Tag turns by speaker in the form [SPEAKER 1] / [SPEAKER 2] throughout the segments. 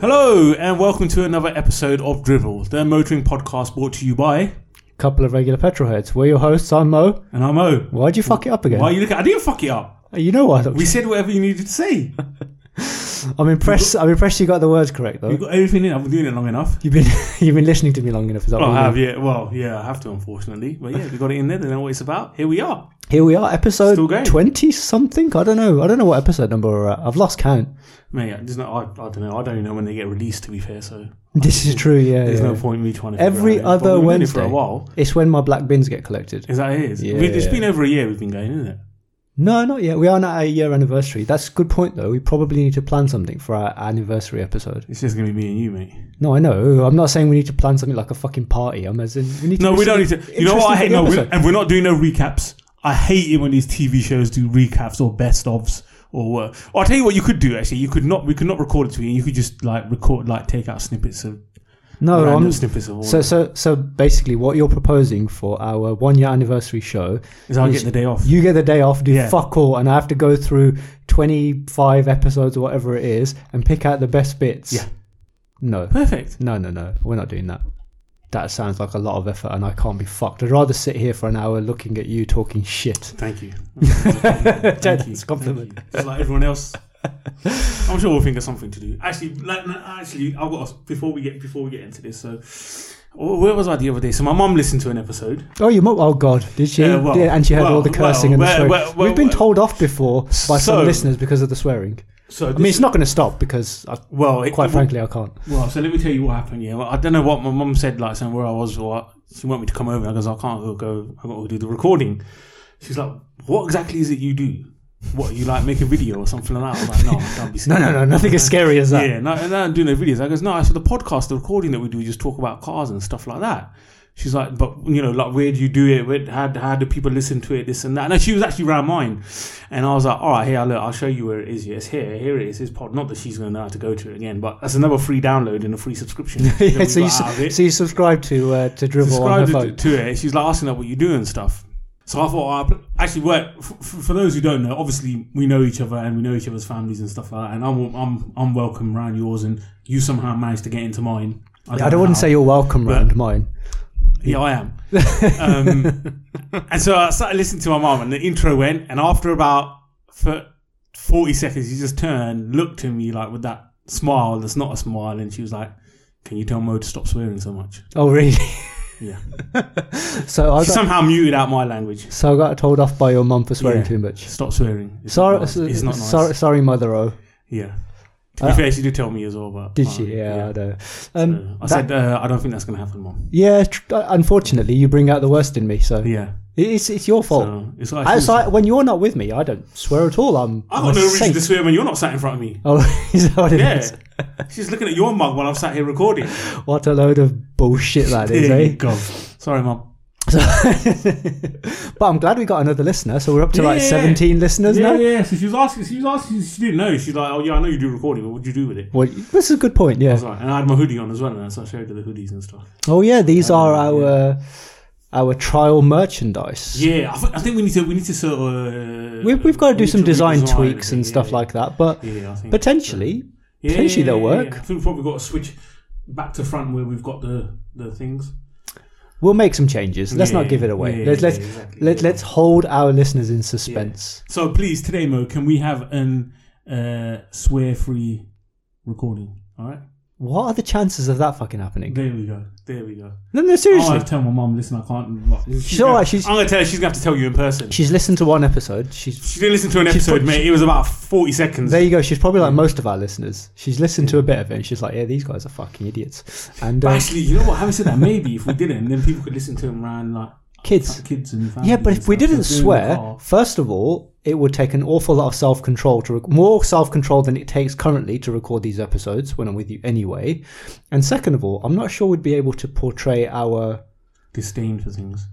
[SPEAKER 1] Hello, and welcome to another episode of Dribble, the motoring podcast brought to you by.
[SPEAKER 2] Couple of regular petrolheads. We're your hosts. I'm Mo.
[SPEAKER 1] And I'm O.
[SPEAKER 2] Why'd you fuck it up again? Uh,
[SPEAKER 1] Why are you looking? I didn't fuck it up.
[SPEAKER 2] You know what?
[SPEAKER 1] We said whatever you needed to say.
[SPEAKER 2] I'm impressed. I'm impressed you got the words correct though.
[SPEAKER 1] You've got everything in. I've been doing it long enough.
[SPEAKER 2] You've been you've been listening to me long enough. Is that
[SPEAKER 1] Well,
[SPEAKER 2] what
[SPEAKER 1] I
[SPEAKER 2] you
[SPEAKER 1] have,
[SPEAKER 2] mean?
[SPEAKER 1] yeah. Well, yeah, I have to, unfortunately. But yeah, we got it in there. They know what it's about. Here we are.
[SPEAKER 2] Here we are,
[SPEAKER 1] Still
[SPEAKER 2] episode
[SPEAKER 1] going.
[SPEAKER 2] twenty something. I don't know. I don't know what episode number we're at. I've lost count.
[SPEAKER 1] Man, yeah, there's no, I, I don't know. I don't even know when they get released, to be fair, so
[SPEAKER 2] This is true. Yeah.
[SPEAKER 1] there's
[SPEAKER 2] yeah.
[SPEAKER 1] no point in me trying to. figure
[SPEAKER 2] Every
[SPEAKER 1] it out. But we've been doing
[SPEAKER 2] other
[SPEAKER 1] it
[SPEAKER 2] Wednesday.
[SPEAKER 1] For a while.
[SPEAKER 2] It's when my black bins get collected.
[SPEAKER 1] Is that it? Is?
[SPEAKER 2] Yeah.
[SPEAKER 1] We- It's been over a year we've been going, isn't it?
[SPEAKER 2] No, not yet. We aren't at a year anniversary. That's a good point though. We probably need to plan something for our anniversary episode.
[SPEAKER 1] It's just going to be me and you, mate.
[SPEAKER 2] No, I know. I'm not saying we need to plan something like a fucking party. I'm as in we need. To
[SPEAKER 1] No,
[SPEAKER 2] do
[SPEAKER 1] we don't need
[SPEAKER 2] something
[SPEAKER 1] to. You know what I hate?
[SPEAKER 2] interesting
[SPEAKER 1] No,
[SPEAKER 2] for the
[SPEAKER 1] we
[SPEAKER 2] episode.
[SPEAKER 1] and we're not doing no recaps. I hate it when these TV shows do recaps or best ofs or. Uh, I'll tell you what you could do actually. You could not. We could not record it to you. You could just like record, like take out snippets of
[SPEAKER 2] No,
[SPEAKER 1] random
[SPEAKER 2] I'm
[SPEAKER 1] snippets of all.
[SPEAKER 2] So, so, so basically, what you're proposing for our one year anniversary show
[SPEAKER 1] is I get the day off.
[SPEAKER 2] you get the day off, do
[SPEAKER 1] Yeah.
[SPEAKER 2] fuck all, and I have to go through 25 episodes or whatever it is and pick out the best bits.
[SPEAKER 1] Yeah.
[SPEAKER 2] No,
[SPEAKER 1] Perfect.
[SPEAKER 2] no, no, no. We're not doing that. That sounds like a lot of effort, and I can't be fucked. I'd rather sit here for an hour looking at you talking shit.
[SPEAKER 1] Thank you. Thank
[SPEAKER 2] It's a compliment.
[SPEAKER 1] Thank you. Just like everyone else. I'm sure we'll think of something to do. Actually, like, no, actually, I've got before we get before we get into this. So, oh, where was I the other day? So my mum listened to an episode.
[SPEAKER 2] Oh, you mum! Oh God, did she?
[SPEAKER 1] Yeah, Uh, well,
[SPEAKER 2] Yeah, and she heard
[SPEAKER 1] well,
[SPEAKER 2] all the cursing
[SPEAKER 1] well,
[SPEAKER 2] and the swearing.
[SPEAKER 1] well, well,
[SPEAKER 2] We've been
[SPEAKER 1] well.
[SPEAKER 2] told off before by
[SPEAKER 1] So-
[SPEAKER 2] some listeners because of the swearing.
[SPEAKER 1] So
[SPEAKER 2] I mean, it's not going to stop because, I,
[SPEAKER 1] well. it-
[SPEAKER 2] quite frankly, I can't.
[SPEAKER 1] Well, so let me tell you what happened. Yeah, well, I don't know what my mum said, like saying where I was or what. She wanted me to come over. and I goes, I can't go. go I got to do the recording. She's like, What exactly is it you do? What you like make a video or something like that? I was like, No, I can't be.
[SPEAKER 2] No, no, no, nothing as scary as that.
[SPEAKER 1] Yeah, no, and I don't do no videos. I goes, No, I said the podcast, the recording that we do, we just talk about cars and stuff like that. She's like, but you know, like, where do you do it? Where, how, how do people listen to it? This and that. No, she was actually around mine, and I was like, all right, here, look, I'll show you where it is. Yes, here, here it is. His pod. Not that she's going to know how to go to it again, but that's another free download and a free subscription. that
[SPEAKER 2] Yeah,
[SPEAKER 1] we
[SPEAKER 2] so, you,
[SPEAKER 1] got out of
[SPEAKER 2] su-
[SPEAKER 1] it.
[SPEAKER 2] so you subscribe to uh, to Dribble on her
[SPEAKER 1] subscribed to,
[SPEAKER 2] phone.
[SPEAKER 1] to it. She's like asking her what you do and stuff. So I thought, oh, I actually, work for, for those who don't know, obviously we know each other and we know each other's families and stuff like that. And I'm I'm, I'm welcome around yours, and you somehow managed to get into mine.
[SPEAKER 2] I don't want to say you're welcome
[SPEAKER 1] But-
[SPEAKER 2] round mine.
[SPEAKER 1] yeah, I am. um, and so I started listening to my mum, and the intro went, and after about for forty seconds, she just turned, looked at me like with that smile that's not a smile, and she was like, "Can you tell Mo to stop swearing so much?"
[SPEAKER 2] Oh, really?
[SPEAKER 1] Yeah.
[SPEAKER 2] so I
[SPEAKER 1] She
[SPEAKER 2] got,
[SPEAKER 1] somehow muted out my language.
[SPEAKER 2] so I got told off by your mum for swearing
[SPEAKER 1] Yeah.
[SPEAKER 2] too much.
[SPEAKER 1] Stop swearing. It's
[SPEAKER 2] Sorry,
[SPEAKER 1] not nice. It's not nice.
[SPEAKER 2] sorry, sorry, mother. Oh,
[SPEAKER 1] Yeah. To be fair, she did tell me as well, but
[SPEAKER 2] Uh, did
[SPEAKER 1] uh,
[SPEAKER 2] she? Yeah, I know.
[SPEAKER 1] Uh,
[SPEAKER 2] Um,
[SPEAKER 1] I
[SPEAKER 2] that-
[SPEAKER 1] said uh, I don't think that's going to happen, mom.
[SPEAKER 2] yeah. Tr- uh, unfortunately, you bring out the worst in me. So
[SPEAKER 1] Yeah.
[SPEAKER 2] it's it's your fault.
[SPEAKER 1] So it's like
[SPEAKER 2] Oh. I, so I- when you're not with me, I don't swear at all. I'm.
[SPEAKER 1] I've
[SPEAKER 2] I'm
[SPEAKER 1] got
[SPEAKER 2] a
[SPEAKER 1] no reason
[SPEAKER 2] saint.
[SPEAKER 1] to swear when you're not sat in front of me.
[SPEAKER 2] Oh, is that what it
[SPEAKER 1] Yeah.
[SPEAKER 2] is?
[SPEAKER 1] She's looking at your mug while I'm sat here recording.
[SPEAKER 2] What a load of bullshit that is,
[SPEAKER 1] There you
[SPEAKER 2] eh?
[SPEAKER 1] go. Sorry, mom.
[SPEAKER 2] So- but I'm glad we got another listener. So we're up to like
[SPEAKER 1] Yeah.
[SPEAKER 2] 17 listeners
[SPEAKER 1] yeah,
[SPEAKER 2] now.
[SPEAKER 1] yeah. So she was asking. She was asking. She didn't know. She's like, "Oh yeah, I know you do recording, but what do you do with it?"
[SPEAKER 2] Well, this is a good point.
[SPEAKER 1] I
[SPEAKER 2] Yeah.
[SPEAKER 1] was like, and I had my hoodie on as well, and so I showed her the hoodies and stuff.
[SPEAKER 2] Oh yeah, these
[SPEAKER 1] Uh,
[SPEAKER 2] are our our trial merchandise.
[SPEAKER 1] Yeah, I, thi- I think we need to. We need to sort of.
[SPEAKER 2] We've, we've got to
[SPEAKER 1] we
[SPEAKER 2] do
[SPEAKER 1] need
[SPEAKER 2] some design
[SPEAKER 1] redesign
[SPEAKER 2] tweaks and
[SPEAKER 1] everything,
[SPEAKER 2] stuff
[SPEAKER 1] yeah.
[SPEAKER 2] like that, but
[SPEAKER 1] Yeah, I think
[SPEAKER 2] potentially,
[SPEAKER 1] Yeah,
[SPEAKER 2] Potentially they'll work.
[SPEAKER 1] I think we've probably got to switch back to front where we've got the, the things.
[SPEAKER 2] we'll make some changes. Let's
[SPEAKER 1] Yeah,
[SPEAKER 2] not give it away.
[SPEAKER 1] yeah,
[SPEAKER 2] let's
[SPEAKER 1] yeah,
[SPEAKER 2] let's
[SPEAKER 1] exactly,
[SPEAKER 2] let,
[SPEAKER 1] yeah.
[SPEAKER 2] let's hold our listeners in suspense.
[SPEAKER 1] So please, today, Mo, can we have an uh, swear free recording? All right.
[SPEAKER 2] What are the chances of that fucking happening?
[SPEAKER 1] There we go. There we go.
[SPEAKER 2] No, no,
[SPEAKER 1] Oh, I
[SPEAKER 2] seriously.
[SPEAKER 1] have to tell my mum. Listen, I can't. She's
[SPEAKER 2] She's
[SPEAKER 1] gonna-
[SPEAKER 2] all right, she's-
[SPEAKER 1] I'm gonna tell her. She's gonna have to tell you in person.
[SPEAKER 2] She's listened to one episode. She's
[SPEAKER 1] She didn't listen to an
[SPEAKER 2] She's
[SPEAKER 1] episode,
[SPEAKER 2] put-
[SPEAKER 1] mate. It was about 40 seconds.
[SPEAKER 2] there you go. She's probably like most of our listeners. She's listened to a bit of it. and She's like, yeah, these guys are fucking idiots. And
[SPEAKER 1] but
[SPEAKER 2] uh,
[SPEAKER 1] actually, you know what? Having said that, maybe if we didn't, then people could listen to them around like
[SPEAKER 2] kids.
[SPEAKER 1] kids and families
[SPEAKER 2] Yeah, but
[SPEAKER 1] and
[SPEAKER 2] if we
[SPEAKER 1] stuff. So
[SPEAKER 2] didn't
[SPEAKER 1] doing the
[SPEAKER 2] swear,
[SPEAKER 1] car-
[SPEAKER 2] first of all, it would take an awful lot of self control to rec- more self control than it takes currently to record these episodes when I'm with you anyway. And second of all, I'm not sure we'd be able to portray our
[SPEAKER 1] disdain for things.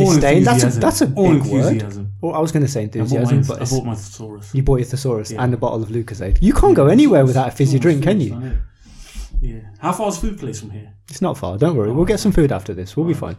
[SPEAKER 1] Or
[SPEAKER 2] disdain. That's a,
[SPEAKER 1] enthusiasm.
[SPEAKER 2] that's a
[SPEAKER 1] Or
[SPEAKER 2] big word.
[SPEAKER 1] enthusiasm.
[SPEAKER 2] Well, I was going to say
[SPEAKER 1] I bought
[SPEAKER 2] enthusiasm,
[SPEAKER 1] my,
[SPEAKER 2] but
[SPEAKER 1] I
[SPEAKER 2] it's,
[SPEAKER 1] bought my thesaurus.
[SPEAKER 2] you bought your thesaurus and a bottle of Lucasade. You can't go anywhere without a fizzy drink, can you?
[SPEAKER 1] Yeah. How far's food place from here?
[SPEAKER 2] It's not far. Don't worry. We'll get some food after this. We'll be fine.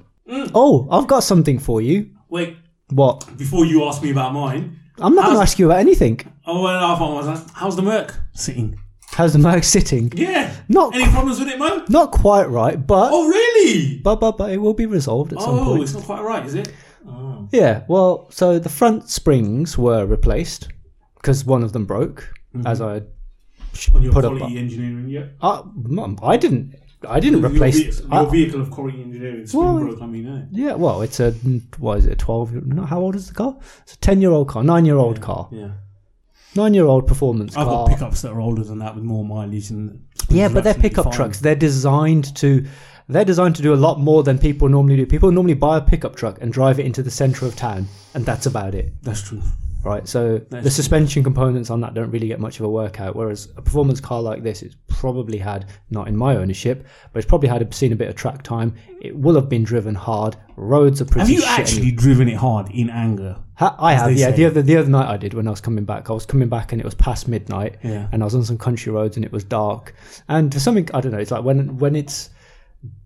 [SPEAKER 2] Oh, I've got something for you.
[SPEAKER 1] Wait,
[SPEAKER 2] What?
[SPEAKER 1] before you ask me about mine,
[SPEAKER 2] I'm not going to
[SPEAKER 1] How's-
[SPEAKER 2] ask you about anything.
[SPEAKER 1] oh well, I thought I was like, how's the Merc sitting?
[SPEAKER 2] How's the Merc sitting?
[SPEAKER 1] Yeah.
[SPEAKER 2] Not
[SPEAKER 1] Any problems with it, man?
[SPEAKER 2] Not quite right, but
[SPEAKER 1] Oh, really?
[SPEAKER 2] but but but it will be resolved at some
[SPEAKER 1] Oh,
[SPEAKER 2] point.
[SPEAKER 1] it's not quite right, is it? Oh.
[SPEAKER 2] Yeah, well, so the front springs were replaced because one of them broke, as I sh-
[SPEAKER 1] Mm-hmm. On your
[SPEAKER 2] put up.
[SPEAKER 1] quality engineering, yeah.
[SPEAKER 2] I, mum, I didn't. I didn't
[SPEAKER 1] Your
[SPEAKER 2] replace. Ah.
[SPEAKER 1] ve- Your,
[SPEAKER 2] I-
[SPEAKER 1] vehicle of quality engineering. It's been
[SPEAKER 2] Well,
[SPEAKER 1] broke, I mean, eh?
[SPEAKER 2] yeah, well, it's a what is it? A twelve? year- No, how old is the car? It's a ten-year-old car, nine-year-old car,
[SPEAKER 1] Yeah.
[SPEAKER 2] nine-year-old performance
[SPEAKER 1] I've
[SPEAKER 2] car.
[SPEAKER 1] got pickups that are older than that with more mileage and.
[SPEAKER 2] yeah, but they're
[SPEAKER 1] absolutely
[SPEAKER 2] pickup
[SPEAKER 1] fine.
[SPEAKER 2] trucks. They're designed to. They're designed to do a lot more than people normally do. People normally buy a pickup truck and drive it into the center of town, and that's about it.
[SPEAKER 1] That's true.
[SPEAKER 2] right? So the
[SPEAKER 1] true.
[SPEAKER 2] suspension components on that don't really get much of a workout. Whereas a performance car like this, it's probably had not in my ownership, but it's probably had a, seen a bit of track time. It will have been driven hard. Roads are
[SPEAKER 1] Have
[SPEAKER 2] pretty.
[SPEAKER 1] you
[SPEAKER 2] shit
[SPEAKER 1] actually driven it hard in anger?
[SPEAKER 2] Ha- I have,
[SPEAKER 1] they
[SPEAKER 2] yeah.
[SPEAKER 1] say.
[SPEAKER 2] The other the other night I did when I was coming back. I was coming back and it was past midnight,
[SPEAKER 1] Yeah.
[SPEAKER 2] and I was on some country roads and it was dark. And for something I don't know, it's like when when it's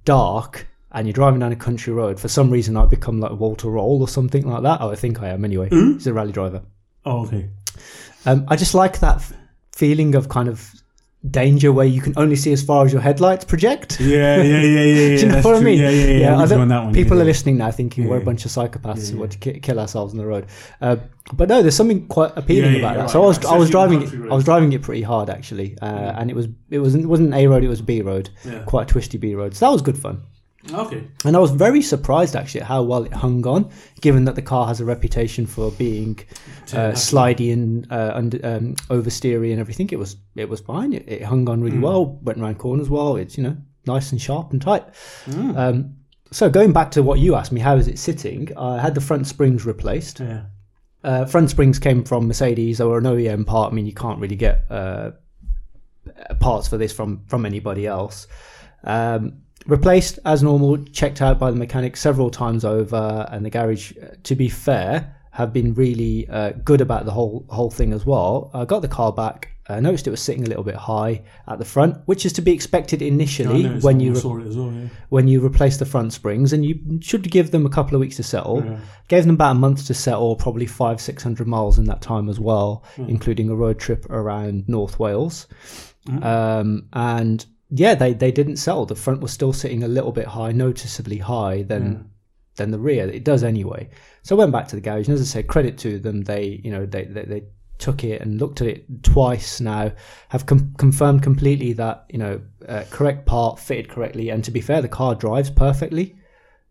[SPEAKER 2] dark and you're driving down a country road, for some reason I become like Walter Roll or something like that. Oh, I think I am anyway.
[SPEAKER 1] Hmm?
[SPEAKER 2] He's a rally driver.
[SPEAKER 1] Oh, okay.
[SPEAKER 2] Um, I just like that f- feeling of kind of danger where you can only see as far as your headlights project.
[SPEAKER 1] Yeah, yeah, yeah, yeah. yeah
[SPEAKER 2] Do you know
[SPEAKER 1] that's
[SPEAKER 2] what I
[SPEAKER 1] true.
[SPEAKER 2] mean?
[SPEAKER 1] Yeah, yeah, yeah. I'm
[SPEAKER 2] I
[SPEAKER 1] with you
[SPEAKER 2] don't-
[SPEAKER 1] on that one.
[SPEAKER 2] people
[SPEAKER 1] yeah.
[SPEAKER 2] are listening now thinking we're a
[SPEAKER 1] Yeah.
[SPEAKER 2] bunch of psychopaths who want to ki- kill ourselves on the road. Uh, but no, there's something quite appealing
[SPEAKER 1] Yeah, yeah,
[SPEAKER 2] about that.
[SPEAKER 1] you're
[SPEAKER 2] so
[SPEAKER 1] right,
[SPEAKER 2] I was
[SPEAKER 1] you're
[SPEAKER 2] I
[SPEAKER 1] right.
[SPEAKER 2] was
[SPEAKER 1] Especially
[SPEAKER 2] driving
[SPEAKER 1] country
[SPEAKER 2] it, I
[SPEAKER 1] roads. Mm.
[SPEAKER 2] was driving it pretty hard actually, uh, and it was it wasn't it wasn't an A road, it was a B road,
[SPEAKER 1] Yeah.
[SPEAKER 2] quite a twisty B road. So that was good fun.
[SPEAKER 1] Okay.
[SPEAKER 2] And I was very surprised actually at how well it hung on, given that the car has a reputation for being uh, slidey and uh, under, um, oversteery and everything. It was it was fine. It, it hung on really well. Went around corners well. It's you know nice and sharp and tight. Um, so going back to what you asked me, how is it sitting? I had the front springs replaced.
[SPEAKER 1] Yeah.
[SPEAKER 2] Uh, front springs came from Mercedes. They were an OEM part. I mean, you can't really get uh, parts for this from from anybody else. Um, replaced as normal, checked out by the mechanic several times over, and the garage. uh, To be fair, have been really uh, good about the whole whole thing as well. I got the car back. I noticed it was sitting a little bit high at the front, which is to be expected
[SPEAKER 1] I
[SPEAKER 2] initially
[SPEAKER 1] know, it's
[SPEAKER 2] when
[SPEAKER 1] not-
[SPEAKER 2] you
[SPEAKER 1] I
[SPEAKER 2] re-
[SPEAKER 1] saw it as well, yeah.
[SPEAKER 2] when you replace the front springs, and you should give them a couple of weeks to settle. Gave them about a month to settle, probably five, six hundred miles in that time as well, including a road trip around North Wales. Um, and yeah, they, they didn't settle. The front was still sitting a little bit high, noticeably high than than the rear. It does anyway. So I went back to the garage, and as I said, credit to them. They you know they they, they took it and looked at it twice now, have com- confirmed completely that you know uh, correct part fitted correctly. And to be fair, the car drives perfectly.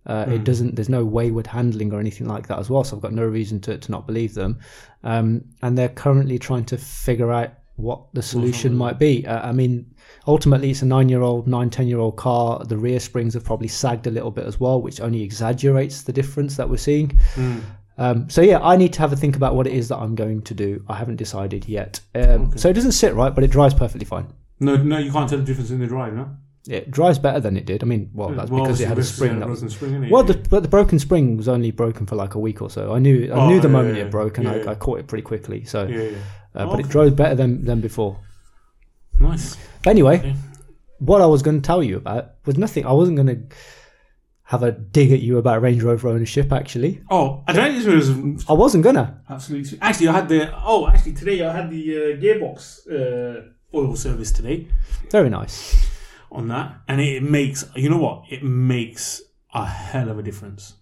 [SPEAKER 2] Uh,
[SPEAKER 1] Hmm.
[SPEAKER 2] It doesn't. There's no wayward handling or anything like that as well. So I've got no reason to, to not believe them. Um, and they're currently trying to figure out what the solution might be. Uh, I mean, ultimately, it's a nine-year-old, nine, ten-year-old car. The rear springs have probably sagged a little bit as well, which only exaggerates the difference that we're seeing.
[SPEAKER 1] Hmm.
[SPEAKER 2] Um, so yeah, I need to have a think about what it is that I'm going to do. I haven't decided yet. Um, So it doesn't sit right, but it drives perfectly fine.
[SPEAKER 1] No, no, you can't tell the difference in the drive, no?
[SPEAKER 2] It drives better than it did. I mean, well, that's
[SPEAKER 1] Well,
[SPEAKER 2] because
[SPEAKER 1] obviously
[SPEAKER 2] it had a
[SPEAKER 1] this is
[SPEAKER 2] spring that was
[SPEAKER 1] broken spring, innit?
[SPEAKER 2] Well, the, but the broken spring was only broken for like a week or so. I knew I
[SPEAKER 1] Oh,
[SPEAKER 2] knew the
[SPEAKER 1] yeah,
[SPEAKER 2] moment
[SPEAKER 1] yeah,
[SPEAKER 2] it broke, and
[SPEAKER 1] yeah, yeah.
[SPEAKER 2] I, I caught it pretty quickly. So,
[SPEAKER 1] yeah, Oh. yeah.
[SPEAKER 2] uh, but it drove better than than before.
[SPEAKER 1] Nice.
[SPEAKER 2] But anyway,
[SPEAKER 1] Okay.
[SPEAKER 2] what I was going to tell you about was nothing. I wasn't going to have a dig at you about Range Rover ownership. Actually,
[SPEAKER 1] Oh, I don't know if it was
[SPEAKER 2] I wasn't gonna.
[SPEAKER 1] Absolutely. Actually, I had the. Oh, actually, today I had the uh, gearbox uh, oil service today
[SPEAKER 2] Very nice.
[SPEAKER 1] on that, and it makes. You know what? It makes a hell of a difference.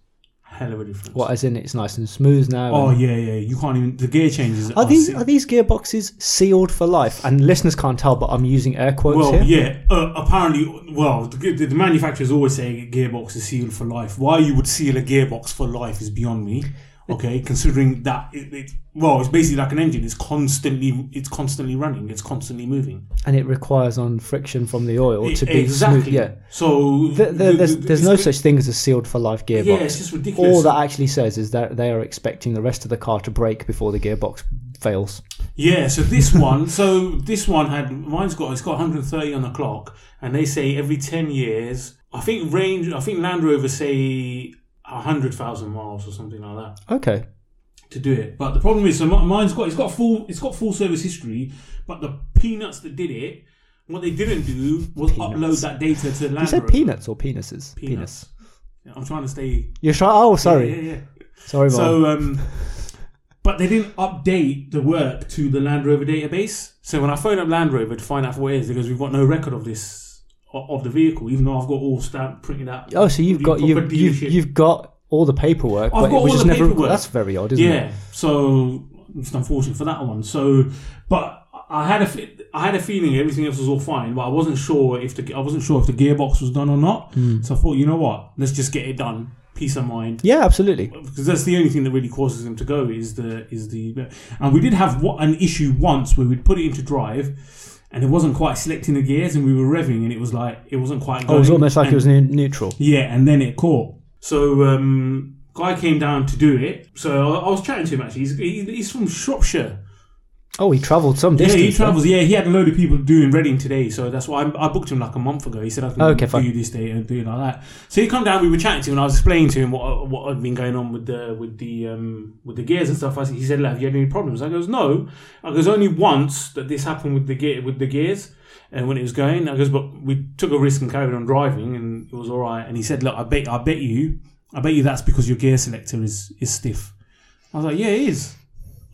[SPEAKER 1] Hell of a difference.
[SPEAKER 2] What as in it's nice and smooth now.
[SPEAKER 1] Oh
[SPEAKER 2] and-
[SPEAKER 1] yeah, yeah. You can't even. The gear changes.
[SPEAKER 2] are these
[SPEAKER 1] sick.
[SPEAKER 2] are these gearboxes sealed for life? And listeners can't tell, but I'm using air quotes
[SPEAKER 1] well,
[SPEAKER 2] here.
[SPEAKER 1] yeah. Uh, apparently, well, the, the, the manufacturers always say a gearbox is sealed for life. Why you would seal a gearbox for life is beyond me. Okay, considering that it, it well, it's basically like an engine. It's constantly, it's constantly running. It's constantly moving.
[SPEAKER 2] And it requires on friction from the oil to be
[SPEAKER 1] E, exactly.
[SPEAKER 2] smooth. Yeah.
[SPEAKER 1] So
[SPEAKER 2] Th- there, there's
[SPEAKER 1] th-
[SPEAKER 2] there's
[SPEAKER 1] it's
[SPEAKER 2] no
[SPEAKER 1] good-
[SPEAKER 2] such thing as a sealed for life gearbox.
[SPEAKER 1] Yeah, it's just ridiculous.
[SPEAKER 2] All that actually says is that they are expecting the rest of the car to break before the gearbox fails.
[SPEAKER 1] Yeah. So this one, so this one had mine's got it's got 130 on the clock, and they say every 10 years. I think range. I think Land Rover say 100,000 miles or something like that.
[SPEAKER 2] Okay.
[SPEAKER 1] to do it. But the problem is, so mi- mine's got it's got full it's got full service history. But the peanuts that did it, what they didn't do was upload that data to
[SPEAKER 2] You
[SPEAKER 1] Land
[SPEAKER 2] said
[SPEAKER 1] Rover.
[SPEAKER 2] peanuts or penises? Penis.
[SPEAKER 1] Peanuts. Yeah, I'm trying to stay.
[SPEAKER 2] You're shy. Oh, sorry.
[SPEAKER 1] Yeah, yeah.
[SPEAKER 2] Sorry, Mom.
[SPEAKER 1] So, um, But they didn't update the work to the Land Rover database. So when I phone up Land Rover to find out what it is, because we've got no record of this o- of the vehicle, even though I've got all stamp printed out.
[SPEAKER 2] Oh, so you've
[SPEAKER 1] Proper
[SPEAKER 2] got you've, you've
[SPEAKER 1] dealership.
[SPEAKER 2] you've got all the paperwork,
[SPEAKER 1] I've
[SPEAKER 2] but
[SPEAKER 1] got
[SPEAKER 2] it was
[SPEAKER 1] all
[SPEAKER 2] just
[SPEAKER 1] the
[SPEAKER 2] never.
[SPEAKER 1] paperwork.
[SPEAKER 2] That's very odd, isn't it?
[SPEAKER 1] yeah. So it's unfortunate for that one. So, but I had a fe- I had a feeling everything else was all fine, but I wasn't sure if the I wasn't sure if the gearbox was done or not.
[SPEAKER 2] Hmm.
[SPEAKER 1] So I thought, you know what, let's just get it done. Peace of mind.
[SPEAKER 2] Yeah, absolutely.
[SPEAKER 1] because that's the only thing that really causes him to go is the is the and we did have wa- an issue once where we'd put it into drive and it wasn't quite selecting the gears and we were revving and it was like it wasn't quite
[SPEAKER 2] Oh,
[SPEAKER 1] going
[SPEAKER 2] it was almost like
[SPEAKER 1] and,
[SPEAKER 2] it was ne- neutral.
[SPEAKER 1] yeah and then it caught so um guy came down to do it so I, I was chatting to him actually he's, he, he's from Shropshire
[SPEAKER 2] Oh, he travelled some
[SPEAKER 1] yeah
[SPEAKER 2] distance.
[SPEAKER 1] he
[SPEAKER 2] then.
[SPEAKER 1] travels yeah he had a load of people doing Reading today so that's why I, I booked him like a month ago he said I can
[SPEAKER 2] Okay,
[SPEAKER 1] do
[SPEAKER 2] fine.
[SPEAKER 1] you this day and do it like that so he come down we were chatting to him and I was explaining to him what what had been going on with the with the um, with the gears and stuff I said, he said like have you had any problems I goes no I goes only once that this happened with the gear with the gears and when it was going I goes but we took a risk and carried on driving and it was alright and he said look I bet I bet you I bet you that's because your gear selector is is stiff I was like yeah it is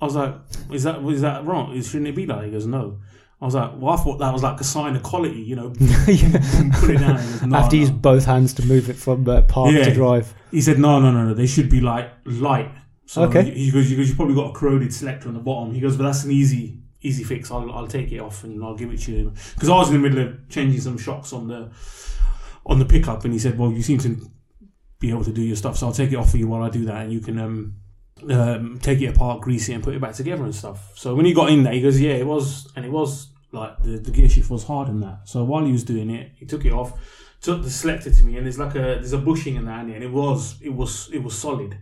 [SPEAKER 1] I was like, is that is that wrong? Is- Shouldn't it be like? He goes, no. I was like, well, I thought that was like a sign of quality, you know.
[SPEAKER 2] Yeah.
[SPEAKER 1] put it down. He, goes, no,
[SPEAKER 2] I have to
[SPEAKER 1] no.
[SPEAKER 2] use both hands to move it from uh, park
[SPEAKER 1] Yeah.
[SPEAKER 2] to drive.
[SPEAKER 1] he said, no, no, no, no. They should be like light. So
[SPEAKER 2] Okay.
[SPEAKER 1] He goes, you, you probably got a corroded selector on the bottom. He goes, but that's an easy, easy fix. I'll, I'll take it off and I'll give it to you. Because I was in the middle of changing some shocks on the, on the pickup, and he said, well, you seem to be able to do your stuff, so I'll take it off for you while I do that, and you can um, um, take it apart, grease it, and put it back together and stuff. So when he got in there, he goes, yeah, it was, and it was like the, the gear shift was hard and that. So while he was doing it, he took it off, took the selector to me, and there's like a there's a bushing in that, and it was it was it was solid.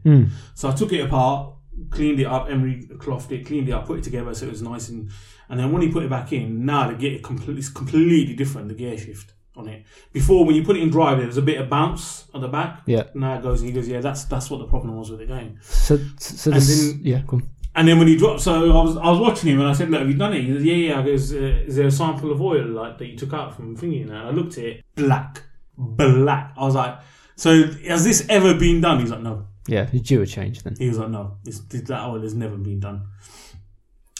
[SPEAKER 1] So I took it apart, cleaned it up, emery clothed it, cleaned it up, put it together so it was nice and and then when he put it back in, now the gear complete, it's completely different the gear shift on it. Before when you put it in drive, there was a bit of bounce on the back.
[SPEAKER 2] Yeah.
[SPEAKER 1] Now it goes and he goes, yeah, that's that's what the problem was with it going.
[SPEAKER 2] So, so
[SPEAKER 1] And
[SPEAKER 2] this,
[SPEAKER 1] then-
[SPEAKER 2] yeah, come.
[SPEAKER 1] And then when he dropped, so I was I was watching him and I said, look, have you done it? He goes, yeah, yeah. I goes, uh, is there a sample of oil like that you took out from thingy? And I looked at it, black, black. I was like, so has this ever been done? He's like, no.
[SPEAKER 2] Yeah, you do a change then.
[SPEAKER 1] He was like, no, this, this, that oil has never been done.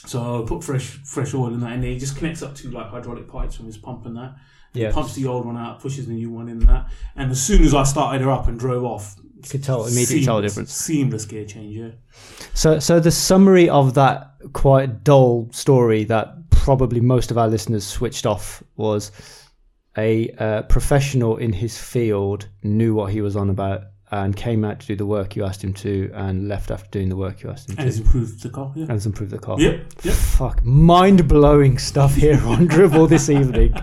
[SPEAKER 1] So I put fresh fresh oil in that, and then he just connects up to like hydraulic pipes from his pump and that.
[SPEAKER 2] Yeah,
[SPEAKER 1] Pumps the old one out, pushes the new one in and that. And as soon as I started her up and drove off,
[SPEAKER 2] could tell immediately tell the
[SPEAKER 1] seamless-
[SPEAKER 2] difference.
[SPEAKER 1] Seamless gear change, yeah.
[SPEAKER 2] So, so the summary of that quite dull story that probably most of our listeners switched off was a uh, professional in his field knew what he was on about and came out to do the work you asked him to and left after doing the work you asked him to
[SPEAKER 1] And it's improved the car, yeah.
[SPEAKER 2] and has improved the car.
[SPEAKER 1] Yep, yep.
[SPEAKER 2] Fuck, mind blowing stuff here on Dribble this evening.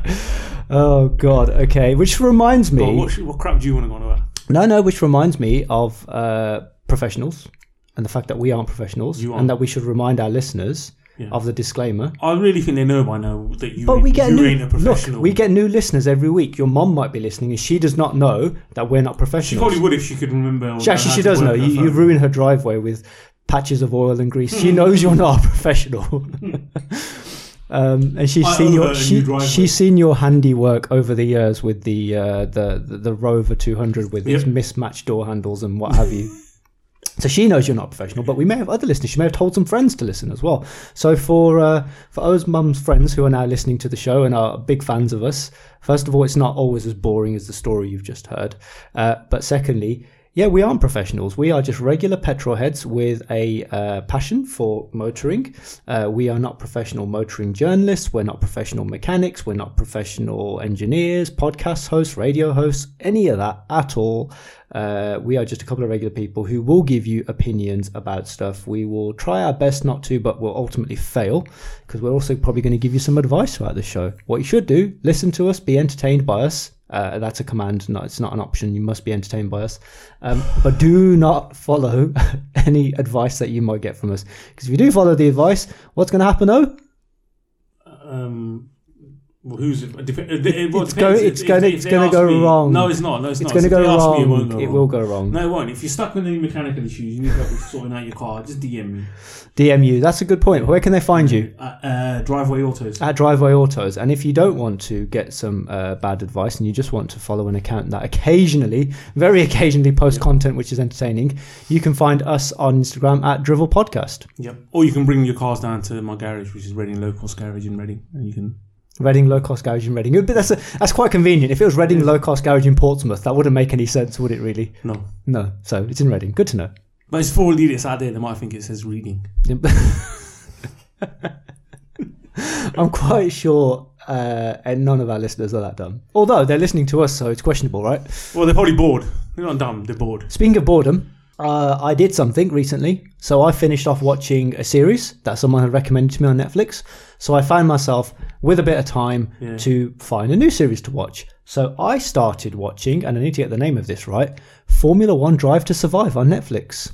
[SPEAKER 2] Oh god. Okay, which reminds me.
[SPEAKER 1] Well, what, sh- what crap do you want to go on about?
[SPEAKER 2] No, no, which reminds me of uh, professionals and the fact that we aren't professionals
[SPEAKER 1] You
[SPEAKER 2] and
[SPEAKER 1] aren't.
[SPEAKER 2] that we should remind our listeners
[SPEAKER 1] Yeah.
[SPEAKER 2] of the disclaimer.
[SPEAKER 1] I really think they know by now that you,
[SPEAKER 2] But we get
[SPEAKER 1] you
[SPEAKER 2] new
[SPEAKER 1] ain't a professional.
[SPEAKER 2] look. We get new listeners every week. Your mom might be listening, and she does not know that we're not
[SPEAKER 1] she
[SPEAKER 2] professionals.
[SPEAKER 1] probably would if she could remember. or
[SPEAKER 2] She- actually,
[SPEAKER 1] how
[SPEAKER 2] she
[SPEAKER 1] to
[SPEAKER 2] does
[SPEAKER 1] work
[SPEAKER 2] know.
[SPEAKER 1] her
[SPEAKER 2] You, you
[SPEAKER 1] phone.
[SPEAKER 2] ruin her driveway with patches of oil and grease. She knows you're not a professional. Um, and she's
[SPEAKER 1] I
[SPEAKER 2] seen
[SPEAKER 1] owe her
[SPEAKER 2] your
[SPEAKER 1] a
[SPEAKER 2] she,
[SPEAKER 1] new driveway.
[SPEAKER 2] she's seen your handiwork over the years with the uh, the, the the Rover 200 with its
[SPEAKER 1] Yep.
[SPEAKER 2] mismatched door handles and what have you. So she knows you're not a professional, but we may have other listeners. She may have told some friends to listen as well. So for uh, for O's mum's friends who are now listening to the show and are big fans of us, first of all, it's not always as boring as the story you've just heard. Uh, but secondly, yeah, we aren't professionals. We are just regular petrol heads with a uh, passion for motoring. Uh, we are not professional motoring journalists. We're not professional mechanics. We're not professional engineers, podcast hosts, radio hosts, any of that at all. Uh, we are just a couple of regular people who will give you opinions about stuff. We will try our best not to, but will ultimately fail because we're also probably going to give you some advice throughout the show. What you should do: listen to us, be entertained by us. Uh, that's a command. Not, it's not an option. You must be entertained by us, um, but do not follow any advice that you might get from us. Because if you do follow the advice, what's going to happen? Oh,
[SPEAKER 1] Um, Well, who's it? dep- it- it- well, depends.
[SPEAKER 2] It's go-
[SPEAKER 1] If-
[SPEAKER 2] it's
[SPEAKER 1] if-
[SPEAKER 2] gonna-
[SPEAKER 1] if
[SPEAKER 2] it's
[SPEAKER 1] they
[SPEAKER 2] gonna
[SPEAKER 1] ask
[SPEAKER 2] go
[SPEAKER 1] me-
[SPEAKER 2] wrong.
[SPEAKER 1] No, it's not. No, it's,
[SPEAKER 2] It's
[SPEAKER 1] not.
[SPEAKER 2] going to
[SPEAKER 1] If they
[SPEAKER 2] go
[SPEAKER 1] ask me,
[SPEAKER 2] wrong.
[SPEAKER 1] it won't go
[SPEAKER 2] it
[SPEAKER 1] wrong.
[SPEAKER 2] will go wrong.
[SPEAKER 1] No, it won't. If you're stuck with any mechanical issues, you need help with sorting out your car. Just DM me.
[SPEAKER 2] DMU. That's a good point. Where can they find you?
[SPEAKER 1] Uh, uh, driveway autos.
[SPEAKER 2] At Driveway Autos. And if you don't want to get some uh, bad advice and you just want to follow an account that occasionally, very occasionally, posts content which is entertaining, you can find us on Instagram at Drivel Podcast.
[SPEAKER 1] Yep. Or you can bring your cars down to my garage, which is Reading Low Cost Garage in Reading, and you can.
[SPEAKER 2] Reading Low Cost Garage in Reading. But that's, a, that's quite convenient. If it was Reading Low Cost Garage in Portsmouth, that wouldn't make any sense, would it really?
[SPEAKER 1] No,
[SPEAKER 2] No. So it's in Reading. Good to know.
[SPEAKER 1] but it's for all idiots out there. They might think it says reading.
[SPEAKER 2] Yep. I'm quite sure uh, and none of our listeners are that dumb. Although they're listening to us, so it's questionable, right?
[SPEAKER 1] Well, they're probably bored. They're not dumb. They're bored.
[SPEAKER 2] Speaking of boredom, uh, I did something recently. So I finished off watching a series that someone had recommended to me on Netflix. So I found myself with a bit of time
[SPEAKER 1] Yeah.
[SPEAKER 2] to find a new series to watch. So I started watching, and I need to get the name of this right Formula One Drive to Survive on Netflix.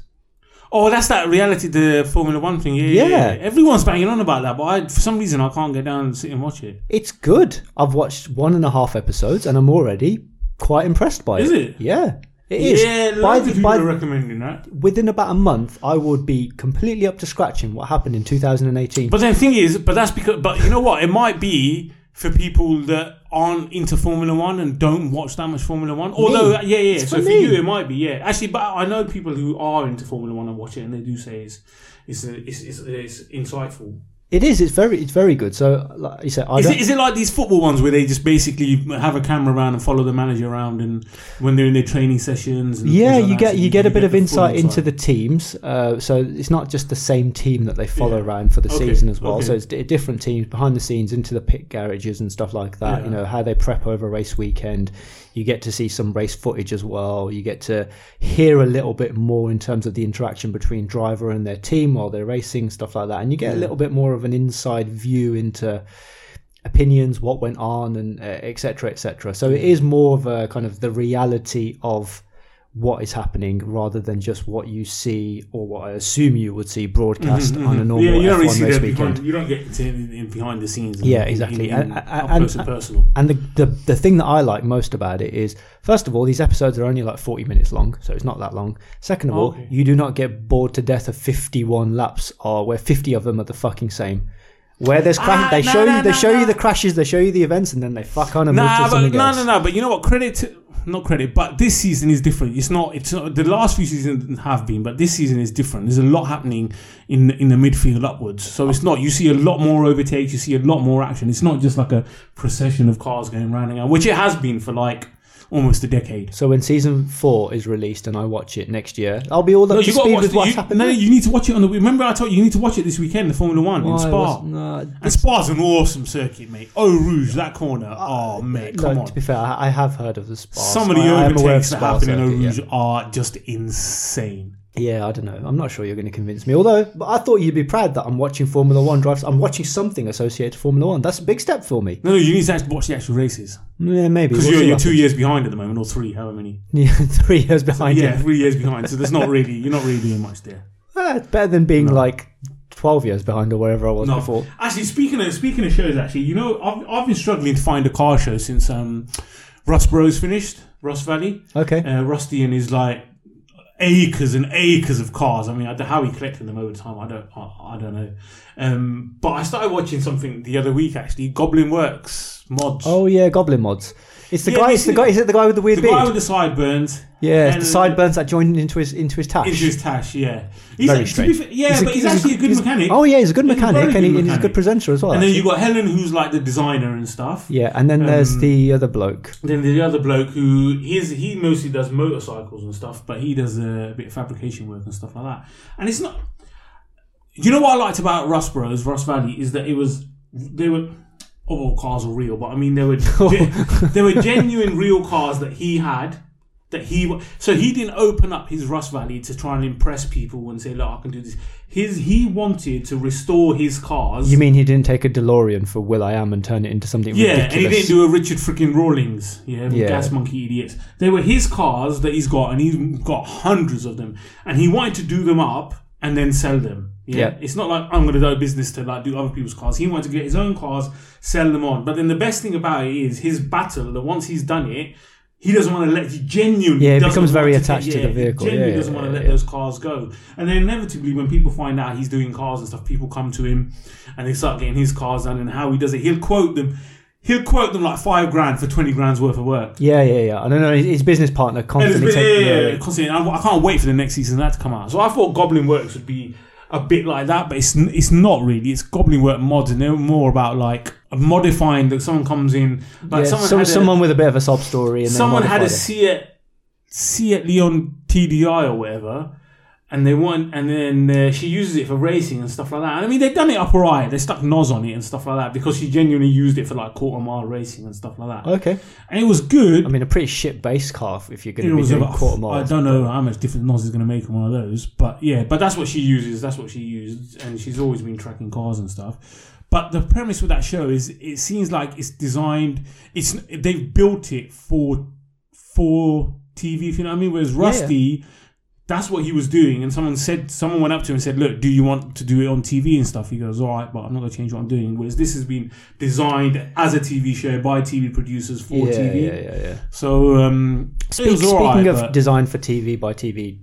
[SPEAKER 1] Oh, that's that reality, the Formula One thing. Yeah, yeah.
[SPEAKER 2] Yeah.
[SPEAKER 1] yeah. Everyone's banging on about that, but I, for some reason I can't get down and sit and watch it.
[SPEAKER 2] It's good. I've watched one and a half episodes, and I'm already quite impressed by it.
[SPEAKER 1] Is it?
[SPEAKER 2] Yeah, it is.
[SPEAKER 1] Yeah,
[SPEAKER 2] by
[SPEAKER 1] loads
[SPEAKER 2] the,
[SPEAKER 1] of people
[SPEAKER 2] by,
[SPEAKER 1] are recommending that.
[SPEAKER 2] within about a month, I would be completely up to scratch in what happened in 2018.
[SPEAKER 1] But then the thing is, but that's because, but you know what? It might be for people that aren't into Formula One and don't watch that much Formula One. Although, yeah, yeah.
[SPEAKER 2] It's
[SPEAKER 1] so
[SPEAKER 2] for
[SPEAKER 1] for
[SPEAKER 2] me.
[SPEAKER 1] you, it might be, yeah. Actually, but I know people who are into Formula One and watch it, and they do say it's it's a, it's, it's, it's insightful.
[SPEAKER 2] it is. It's very. It's very good. So, like you said, I
[SPEAKER 1] Is
[SPEAKER 2] don't.
[SPEAKER 1] it, is it like these football ones where they just basically have a camera around and follow the manager around, and when they're in their training sessions? And
[SPEAKER 2] yeah,
[SPEAKER 1] things like
[SPEAKER 2] you
[SPEAKER 1] that,
[SPEAKER 2] get
[SPEAKER 1] so
[SPEAKER 2] you get a bit of
[SPEAKER 1] the full
[SPEAKER 2] insight into the teams. Uh, so it's not just the same team that they follow
[SPEAKER 1] Yeah.
[SPEAKER 2] around for the
[SPEAKER 1] Okay,
[SPEAKER 2] season as well.
[SPEAKER 1] okay.
[SPEAKER 2] So it's d- different teams behind the scenes into the pit garages and stuff like that. You
[SPEAKER 1] Yeah.
[SPEAKER 2] know how they prep over race weekend. You get to see some race footage as well. You get to hear a little bit more in terms of the interaction between driver and their team while they're racing, stuff like that. And you get a little bit more of an inside view into opinions, what went on, and uh, et cetera, et cetera. So it
[SPEAKER 1] Mm-hmm.
[SPEAKER 2] is more of a kind of the reality of what is happening rather than just what you see or what I assume you would see broadcast on a normal
[SPEAKER 1] Mm-hmm, yeah, you don't really
[SPEAKER 2] F1
[SPEAKER 1] see
[SPEAKER 2] race
[SPEAKER 1] that
[SPEAKER 2] weekend.
[SPEAKER 1] behind, you don't get to in, in behind the scenes. and
[SPEAKER 2] Yeah,
[SPEAKER 1] in-
[SPEAKER 2] exactly.
[SPEAKER 1] in- in
[SPEAKER 2] And-
[SPEAKER 1] up
[SPEAKER 2] and-
[SPEAKER 1] close and personal.
[SPEAKER 2] And the, the the thing that I like most about it is, first of all, these episodes are only like forty minutes long, so it's not that long. Second of all,
[SPEAKER 1] Okay.
[SPEAKER 2] you do not get bored to death of fifty-one laps, or where fifty of them are the fucking same. Where there's crash,
[SPEAKER 1] Ah,
[SPEAKER 2] they
[SPEAKER 1] no,
[SPEAKER 2] show
[SPEAKER 1] no,
[SPEAKER 2] you they
[SPEAKER 1] no,
[SPEAKER 2] show you
[SPEAKER 1] no.
[SPEAKER 2] the crashes, they show you the events, and then they fuck on and move
[SPEAKER 1] Nah,
[SPEAKER 2] to
[SPEAKER 1] but
[SPEAKER 2] something
[SPEAKER 1] no,
[SPEAKER 2] else.
[SPEAKER 1] no, no. But you know what? Credit, to, not credit, but this season is different. It's not. It's not, the last few seasons have been, but this season is different. There's a lot happening in in the midfield upwards. So it's not. You see a lot more overtakes. You see a lot more action. It's not just like a procession of cars going round and round, which it has been for like almost a decade.
[SPEAKER 2] So when season four is released and I watch it next year, I'll be all up
[SPEAKER 1] No,
[SPEAKER 2] to
[SPEAKER 1] you got
[SPEAKER 2] speed with
[SPEAKER 1] to
[SPEAKER 2] what's
[SPEAKER 1] watch. The, you,
[SPEAKER 2] happened.
[SPEAKER 1] no,
[SPEAKER 2] there.
[SPEAKER 1] you need to watch it on the. Remember, I told you you need to watch it this weekend. The Formula One in
[SPEAKER 2] Why
[SPEAKER 1] Spa.
[SPEAKER 2] was- no,
[SPEAKER 1] And Spa's an awesome circuit, mate. Oh, Rouge, that corner. Oh, mate, come
[SPEAKER 2] Uh, no,
[SPEAKER 1] on.
[SPEAKER 2] to be fair, I I have heard of the spa.
[SPEAKER 1] Some of the
[SPEAKER 2] I, I am aware of
[SPEAKER 1] overtakes that
[SPEAKER 2] Spa
[SPEAKER 1] happen in Eau
[SPEAKER 2] circuit, yeah.
[SPEAKER 1] Rouge are just insane.
[SPEAKER 2] Yeah, I don't know. I'm not sure you're going to convince me. Although but I thought you'd be proud that I'm watching Formula One drives. I'm watching something associated to Formula One. That's a big step for me.
[SPEAKER 1] No, no, you need to actually watch the actual races
[SPEAKER 2] Yeah, maybe
[SPEAKER 1] because
[SPEAKER 2] We'll
[SPEAKER 1] you're,
[SPEAKER 2] see
[SPEAKER 1] you're
[SPEAKER 2] what
[SPEAKER 1] two years behind at the moment, or three, however many.
[SPEAKER 2] happens. yeah, three years behind
[SPEAKER 1] yeah,
[SPEAKER 2] you.
[SPEAKER 1] three years behind. So there's not really you're not really doing much there.
[SPEAKER 2] Ah, it's better than being like twelve years behind or wherever I was
[SPEAKER 1] No.
[SPEAKER 2] before.
[SPEAKER 1] Actually, speaking of speaking of shows, actually, you know, I've, I've been struggling to find a car show since um, Russ Bros finished Ross Valley.
[SPEAKER 2] Okay.
[SPEAKER 1] uh, Rusty and his like acres and acres of cars. I mean, I, how he collected them over time, I don't, I, I don't know. Um, but I started watching something the other week actually. Goblin Works mods.
[SPEAKER 2] oh yeah, Goblin mods. It's the
[SPEAKER 1] Yeah,
[SPEAKER 2] guy. It's the
[SPEAKER 1] basically-
[SPEAKER 2] guy. Is it the guy with the weird
[SPEAKER 1] the
[SPEAKER 2] beard?
[SPEAKER 1] guy with the sideburns.
[SPEAKER 2] yeah, it's
[SPEAKER 1] and-
[SPEAKER 2] the sideburns that joined into his into his tash.
[SPEAKER 1] Into his tash, yeah. He's
[SPEAKER 2] Very
[SPEAKER 1] like, to be
[SPEAKER 2] strange.
[SPEAKER 1] fair- yeah,
[SPEAKER 2] He's a-
[SPEAKER 1] but he's,
[SPEAKER 2] he's a-
[SPEAKER 1] actually a good
[SPEAKER 2] he's-
[SPEAKER 1] mechanic.
[SPEAKER 2] oh yeah, he's a good
[SPEAKER 1] He's a
[SPEAKER 2] mechanic,
[SPEAKER 1] very
[SPEAKER 2] and, he,
[SPEAKER 1] good
[SPEAKER 2] and he's a good
[SPEAKER 1] mechanic.
[SPEAKER 2] presenter as well.
[SPEAKER 1] and then
[SPEAKER 2] actually.
[SPEAKER 1] you got Helen, who's like the designer and stuff.
[SPEAKER 2] yeah, and then there's
[SPEAKER 1] um,
[SPEAKER 2] the other bloke.
[SPEAKER 1] Then the other bloke who is he mostly does motorcycles and stuff, but he does a bit of fabrication work and stuff like that. And it's not. You know what I liked about Russ Bros, Russ Valley, is that it was they were all cars were real, but I mean they were ge- they were genuine real cars that he had. That he wa- so he didn't open up his Russ Valley to try and impress people and say, "Look, I can do this." His he wanted to restore his cars.
[SPEAKER 2] You mean he didn't take a DeLorean for Will I Am and turn it into something
[SPEAKER 1] Yeah,
[SPEAKER 2] ridiculous?
[SPEAKER 1] and he didn't do a Richard freaking Rawlings, yeah,
[SPEAKER 2] Yeah.
[SPEAKER 1] gas monkey idiots. They were his cars that he's got, and he's got hundreds of them. And he wanted to do them up and then sell them. Yeah.
[SPEAKER 2] Yeah.
[SPEAKER 1] It's not like I'm going to do a business to like do other people's cars. He wanted to get his own cars, sell them on. But then the best thing about it is his battle that once he's done it, he doesn't want to let he genuinely
[SPEAKER 2] Yeah, he
[SPEAKER 1] doesn't
[SPEAKER 2] becomes
[SPEAKER 1] want
[SPEAKER 2] very
[SPEAKER 1] to
[SPEAKER 2] attached to the
[SPEAKER 1] he
[SPEAKER 2] vehicle.
[SPEAKER 1] Genuinely
[SPEAKER 2] Yeah,
[SPEAKER 1] doesn't
[SPEAKER 2] yeah,
[SPEAKER 1] want to
[SPEAKER 2] yeah,
[SPEAKER 1] let
[SPEAKER 2] yeah.
[SPEAKER 1] those cars go. And then inevitably, when people find out he's doing cars and stuff, people come to him and they start getting his cars done and how he does it. He'll quote them. He'll quote them like five grand for twenty grand's worth of work.
[SPEAKER 2] Yeah, yeah, yeah. I don't know. His his business partner
[SPEAKER 1] It's
[SPEAKER 2] constantly
[SPEAKER 1] been-
[SPEAKER 2] takes.
[SPEAKER 1] yeah, yeah, yeah, constantly. And I, I can't wait for the next season of that to come out. So I thought Goblin Works would be a bit like that, but it's n- it's not really. It's Goblin Work mods, and they're more about like modifying that someone comes in, like
[SPEAKER 2] Yeah,
[SPEAKER 1] someone
[SPEAKER 2] some,
[SPEAKER 1] had a,
[SPEAKER 2] someone with a bit of a sob story. And then
[SPEAKER 1] someone had a
[SPEAKER 2] modified it.
[SPEAKER 1] Seat Seat Leon TDI or whatever. And they want, and then uh, she uses it for racing and stuff like that. And I mean, they've done it up alright. They stuck nos on it and stuff like that because she genuinely used it for like quarter mile racing and stuff like that.
[SPEAKER 2] Okay.
[SPEAKER 1] And it was good.
[SPEAKER 2] I mean, a pretty shit base car if you're going
[SPEAKER 1] It
[SPEAKER 2] to be
[SPEAKER 1] was
[SPEAKER 2] doing
[SPEAKER 1] about-
[SPEAKER 2] quarter
[SPEAKER 1] I
[SPEAKER 2] miles.
[SPEAKER 1] don't know how much different Nos is going to make on one of those, but yeah, but that's what she uses. That's what she used, and she's always been tracking cars and stuff. But the premise with that show is it seems like it's designed. It's they've built it for for TV. If you know what I mean. Whereas Rusty. That's what he was doing, and someone said, someone went up to him and said, "Look, do you want to do it on TV and stuff?" He goes, "All right, but I'm not going to change what I'm doing." Whereas this has been designed as a TV show by TV producers for
[SPEAKER 2] Yeah,
[SPEAKER 1] TV.
[SPEAKER 2] yeah, yeah, yeah.
[SPEAKER 1] So um, it was
[SPEAKER 2] Speak-
[SPEAKER 1] all right,
[SPEAKER 2] speaking of
[SPEAKER 1] but-
[SPEAKER 2] design for TV by TV,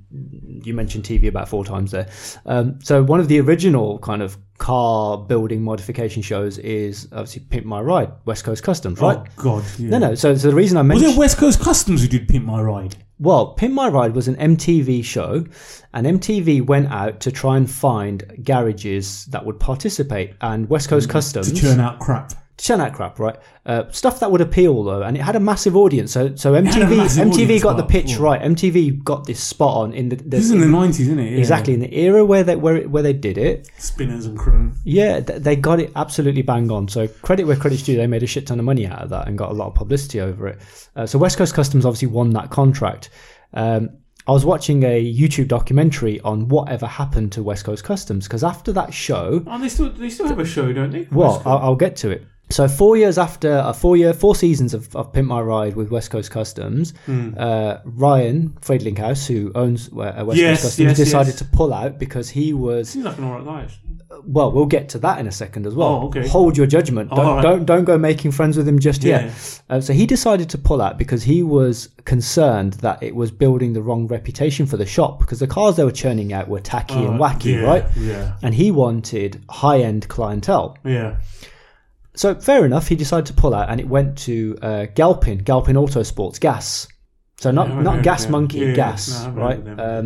[SPEAKER 2] you mentioned TV about four times there. Um, so one of the original kind of car building modification shows is obviously Pimp My Ride, West Coast Customs, right?
[SPEAKER 1] oh god, yeah.
[SPEAKER 2] No, no. So, so the reason I
[SPEAKER 1] Was
[SPEAKER 2] mentioned
[SPEAKER 1] it West Coast Customs who did Pimp My Ride?
[SPEAKER 2] well, Pimp My Ride was an MTV show, and MTV went out to try and find garages that would participate, and West Coast Customs
[SPEAKER 1] Mm, To churn out crap.
[SPEAKER 2] churn out crap, right? Uh, stuff that would appeal though, and it had a massive audience. So, so
[SPEAKER 1] had a
[SPEAKER 2] MTV,
[SPEAKER 1] massive
[SPEAKER 2] MTV
[SPEAKER 1] audience,
[SPEAKER 2] got the
[SPEAKER 1] wow.
[SPEAKER 2] pitch right. MTV got this spot on in the, the
[SPEAKER 1] This is in the nineties, isn't it? Yeah.
[SPEAKER 2] exactly in the era where they where it, where they did it.
[SPEAKER 1] Spinners and crew.
[SPEAKER 2] Yeah, th- they got it absolutely bang on. So credit where credit's due, they made a shit ton of money out of that and got a lot of publicity over it. Uh, so West Coast Customs obviously won that contract. Um, I was watching a YouTube documentary on whatever happened to West Coast Customs because after that show,
[SPEAKER 1] Oh, they still they still have a show, don't they?
[SPEAKER 2] well, I'll, I'll get to it. So four years after a four year four seasons of, of Pimp My Ride with West Coast Customs,
[SPEAKER 1] Hmm.
[SPEAKER 2] uh, Ryan Friedlinghouse, who owns uh, West
[SPEAKER 1] Yes,
[SPEAKER 2] Coast Customs,
[SPEAKER 1] yes,
[SPEAKER 2] decided
[SPEAKER 1] yes.
[SPEAKER 2] to pull out because he was
[SPEAKER 1] seems like an alright guy. actually.
[SPEAKER 2] well, we'll get to that in a second as well.
[SPEAKER 1] Oh, okay.
[SPEAKER 2] Hold your judgment. Don't,
[SPEAKER 1] all right.
[SPEAKER 2] don't don't go making friends with him just
[SPEAKER 1] Yeah.
[SPEAKER 2] yet. Uh, so he decided to pull out because he was concerned that it was building the wrong reputation for the shop because the cars they were churning out were tacky and
[SPEAKER 1] Uh,
[SPEAKER 2] wacky,
[SPEAKER 1] yeah,
[SPEAKER 2] right?
[SPEAKER 1] Yeah.
[SPEAKER 2] And he wanted high end clientele.
[SPEAKER 1] Yeah.
[SPEAKER 2] So fair enough, he decided to pull out, and it went to uh, Galpin, Galpin Autosports, Gas. So not
[SPEAKER 1] Yeah, I
[SPEAKER 2] not
[SPEAKER 1] know
[SPEAKER 2] Gas
[SPEAKER 1] them.
[SPEAKER 2] Monkey,
[SPEAKER 1] Yeah, yeah, no,
[SPEAKER 2] Gas,
[SPEAKER 1] I know
[SPEAKER 2] right?
[SPEAKER 1] them.
[SPEAKER 2] Um,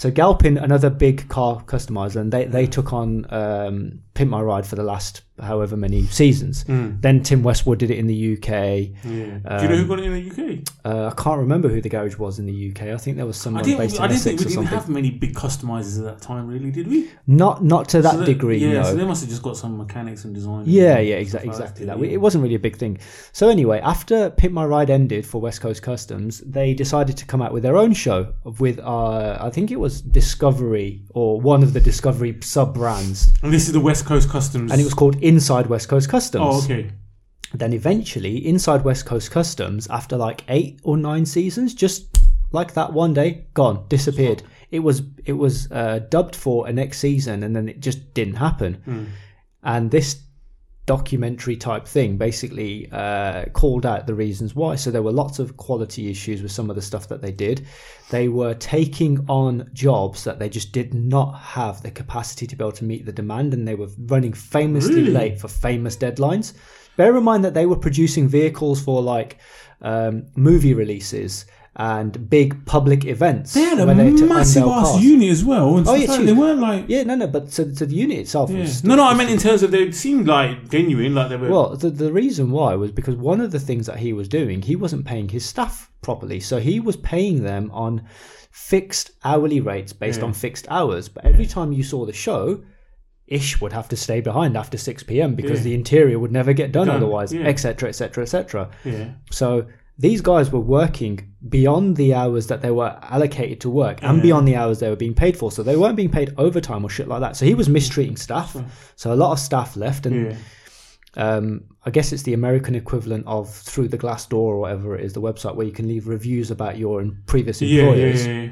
[SPEAKER 2] so Galpin, another big car customizer, and they, they took on um, Pimp My Ride for the last however many seasons.
[SPEAKER 1] Mm.
[SPEAKER 2] Then Tim Westwood did it in the UK.
[SPEAKER 1] Yeah. Do
[SPEAKER 2] Um,
[SPEAKER 1] you know who got it in the UK?
[SPEAKER 2] Uh, I can't remember who the garage was in the UK. I think there was
[SPEAKER 1] I
[SPEAKER 2] someone based
[SPEAKER 1] didn't.
[SPEAKER 2] in
[SPEAKER 1] I didn't
[SPEAKER 2] Essex
[SPEAKER 1] think we
[SPEAKER 2] or
[SPEAKER 1] didn't
[SPEAKER 2] something.
[SPEAKER 1] have many big customizers at that time, really, did we?
[SPEAKER 2] Not not to that
[SPEAKER 1] So
[SPEAKER 2] degree.
[SPEAKER 1] Yeah.
[SPEAKER 2] no.
[SPEAKER 1] So they must have just got some mechanics and design.
[SPEAKER 2] Yeah,
[SPEAKER 1] and
[SPEAKER 2] yeah,
[SPEAKER 1] stuff
[SPEAKER 2] exactly,
[SPEAKER 1] like
[SPEAKER 2] exactly
[SPEAKER 1] didn't
[SPEAKER 2] that.
[SPEAKER 1] we?
[SPEAKER 2] It wasn't really a big thing. So anyway, after Pit My Ride ended for West Coast Customs, they decided to come out with their own show with, uh, I think it was Discovery or one of the Discovery sub brands,
[SPEAKER 1] And this is the West Coast Customs.
[SPEAKER 2] and it was called Inside West Coast Customs.
[SPEAKER 1] Oh, okay.
[SPEAKER 2] Then eventually, Inside West Coast Customs, after like eight or nine seasons, just like that one day, gone, disappeared. It was it was uh, dubbed for a next season, and then it just didn't happen.
[SPEAKER 1] Hmm.
[SPEAKER 2] And this documentary type thing basically uh, called out the reasons why. So there were lots of quality issues with some of the stuff that they did. They were taking on jobs that they just did not have the capacity to be able to meet the demand, and they were running famously
[SPEAKER 1] Really?
[SPEAKER 2] late for famous deadlines. Bear in mind that they were producing vehicles for like um, movie releases and big public events.
[SPEAKER 1] They had a
[SPEAKER 2] where had to
[SPEAKER 1] massive
[SPEAKER 2] unveil
[SPEAKER 1] ass
[SPEAKER 2] cars.
[SPEAKER 1] unit as well. And
[SPEAKER 2] Oh,
[SPEAKER 1] stuff
[SPEAKER 2] yeah,
[SPEAKER 1] like-
[SPEAKER 2] huge.
[SPEAKER 1] they weren't like
[SPEAKER 2] Yeah, no, no, but so, so the unit itself
[SPEAKER 1] Yeah.
[SPEAKER 2] was
[SPEAKER 1] No, no, I meant in terms of they seemed like genuine, like they were.
[SPEAKER 2] Well, the, the reason why was because one of the things that he was doing, he wasn't paying his staff properly. So he was paying them on fixed hourly rates based on fixed hours. But every time you saw the show, Ish would have to stay behind after 6 p.m. because
[SPEAKER 1] Yeah.
[SPEAKER 2] the interior would never get done,
[SPEAKER 1] Done,
[SPEAKER 2] otherwise,
[SPEAKER 1] yeah.
[SPEAKER 2] etc., etc., etc.
[SPEAKER 1] yeah.
[SPEAKER 2] So these guys were working beyond the hours that they were allocated to work and beyond the hours they were being paid for. So they weren't being paid overtime or shit like that. So he was mistreating staff. So a lot of staff left and
[SPEAKER 1] Yeah.
[SPEAKER 2] um, I guess it's the American equivalent of through the glass door or whatever it is, the website where you can leave reviews about your previous
[SPEAKER 1] Yeah, yeah,
[SPEAKER 2] employers.
[SPEAKER 1] yeah, yeah.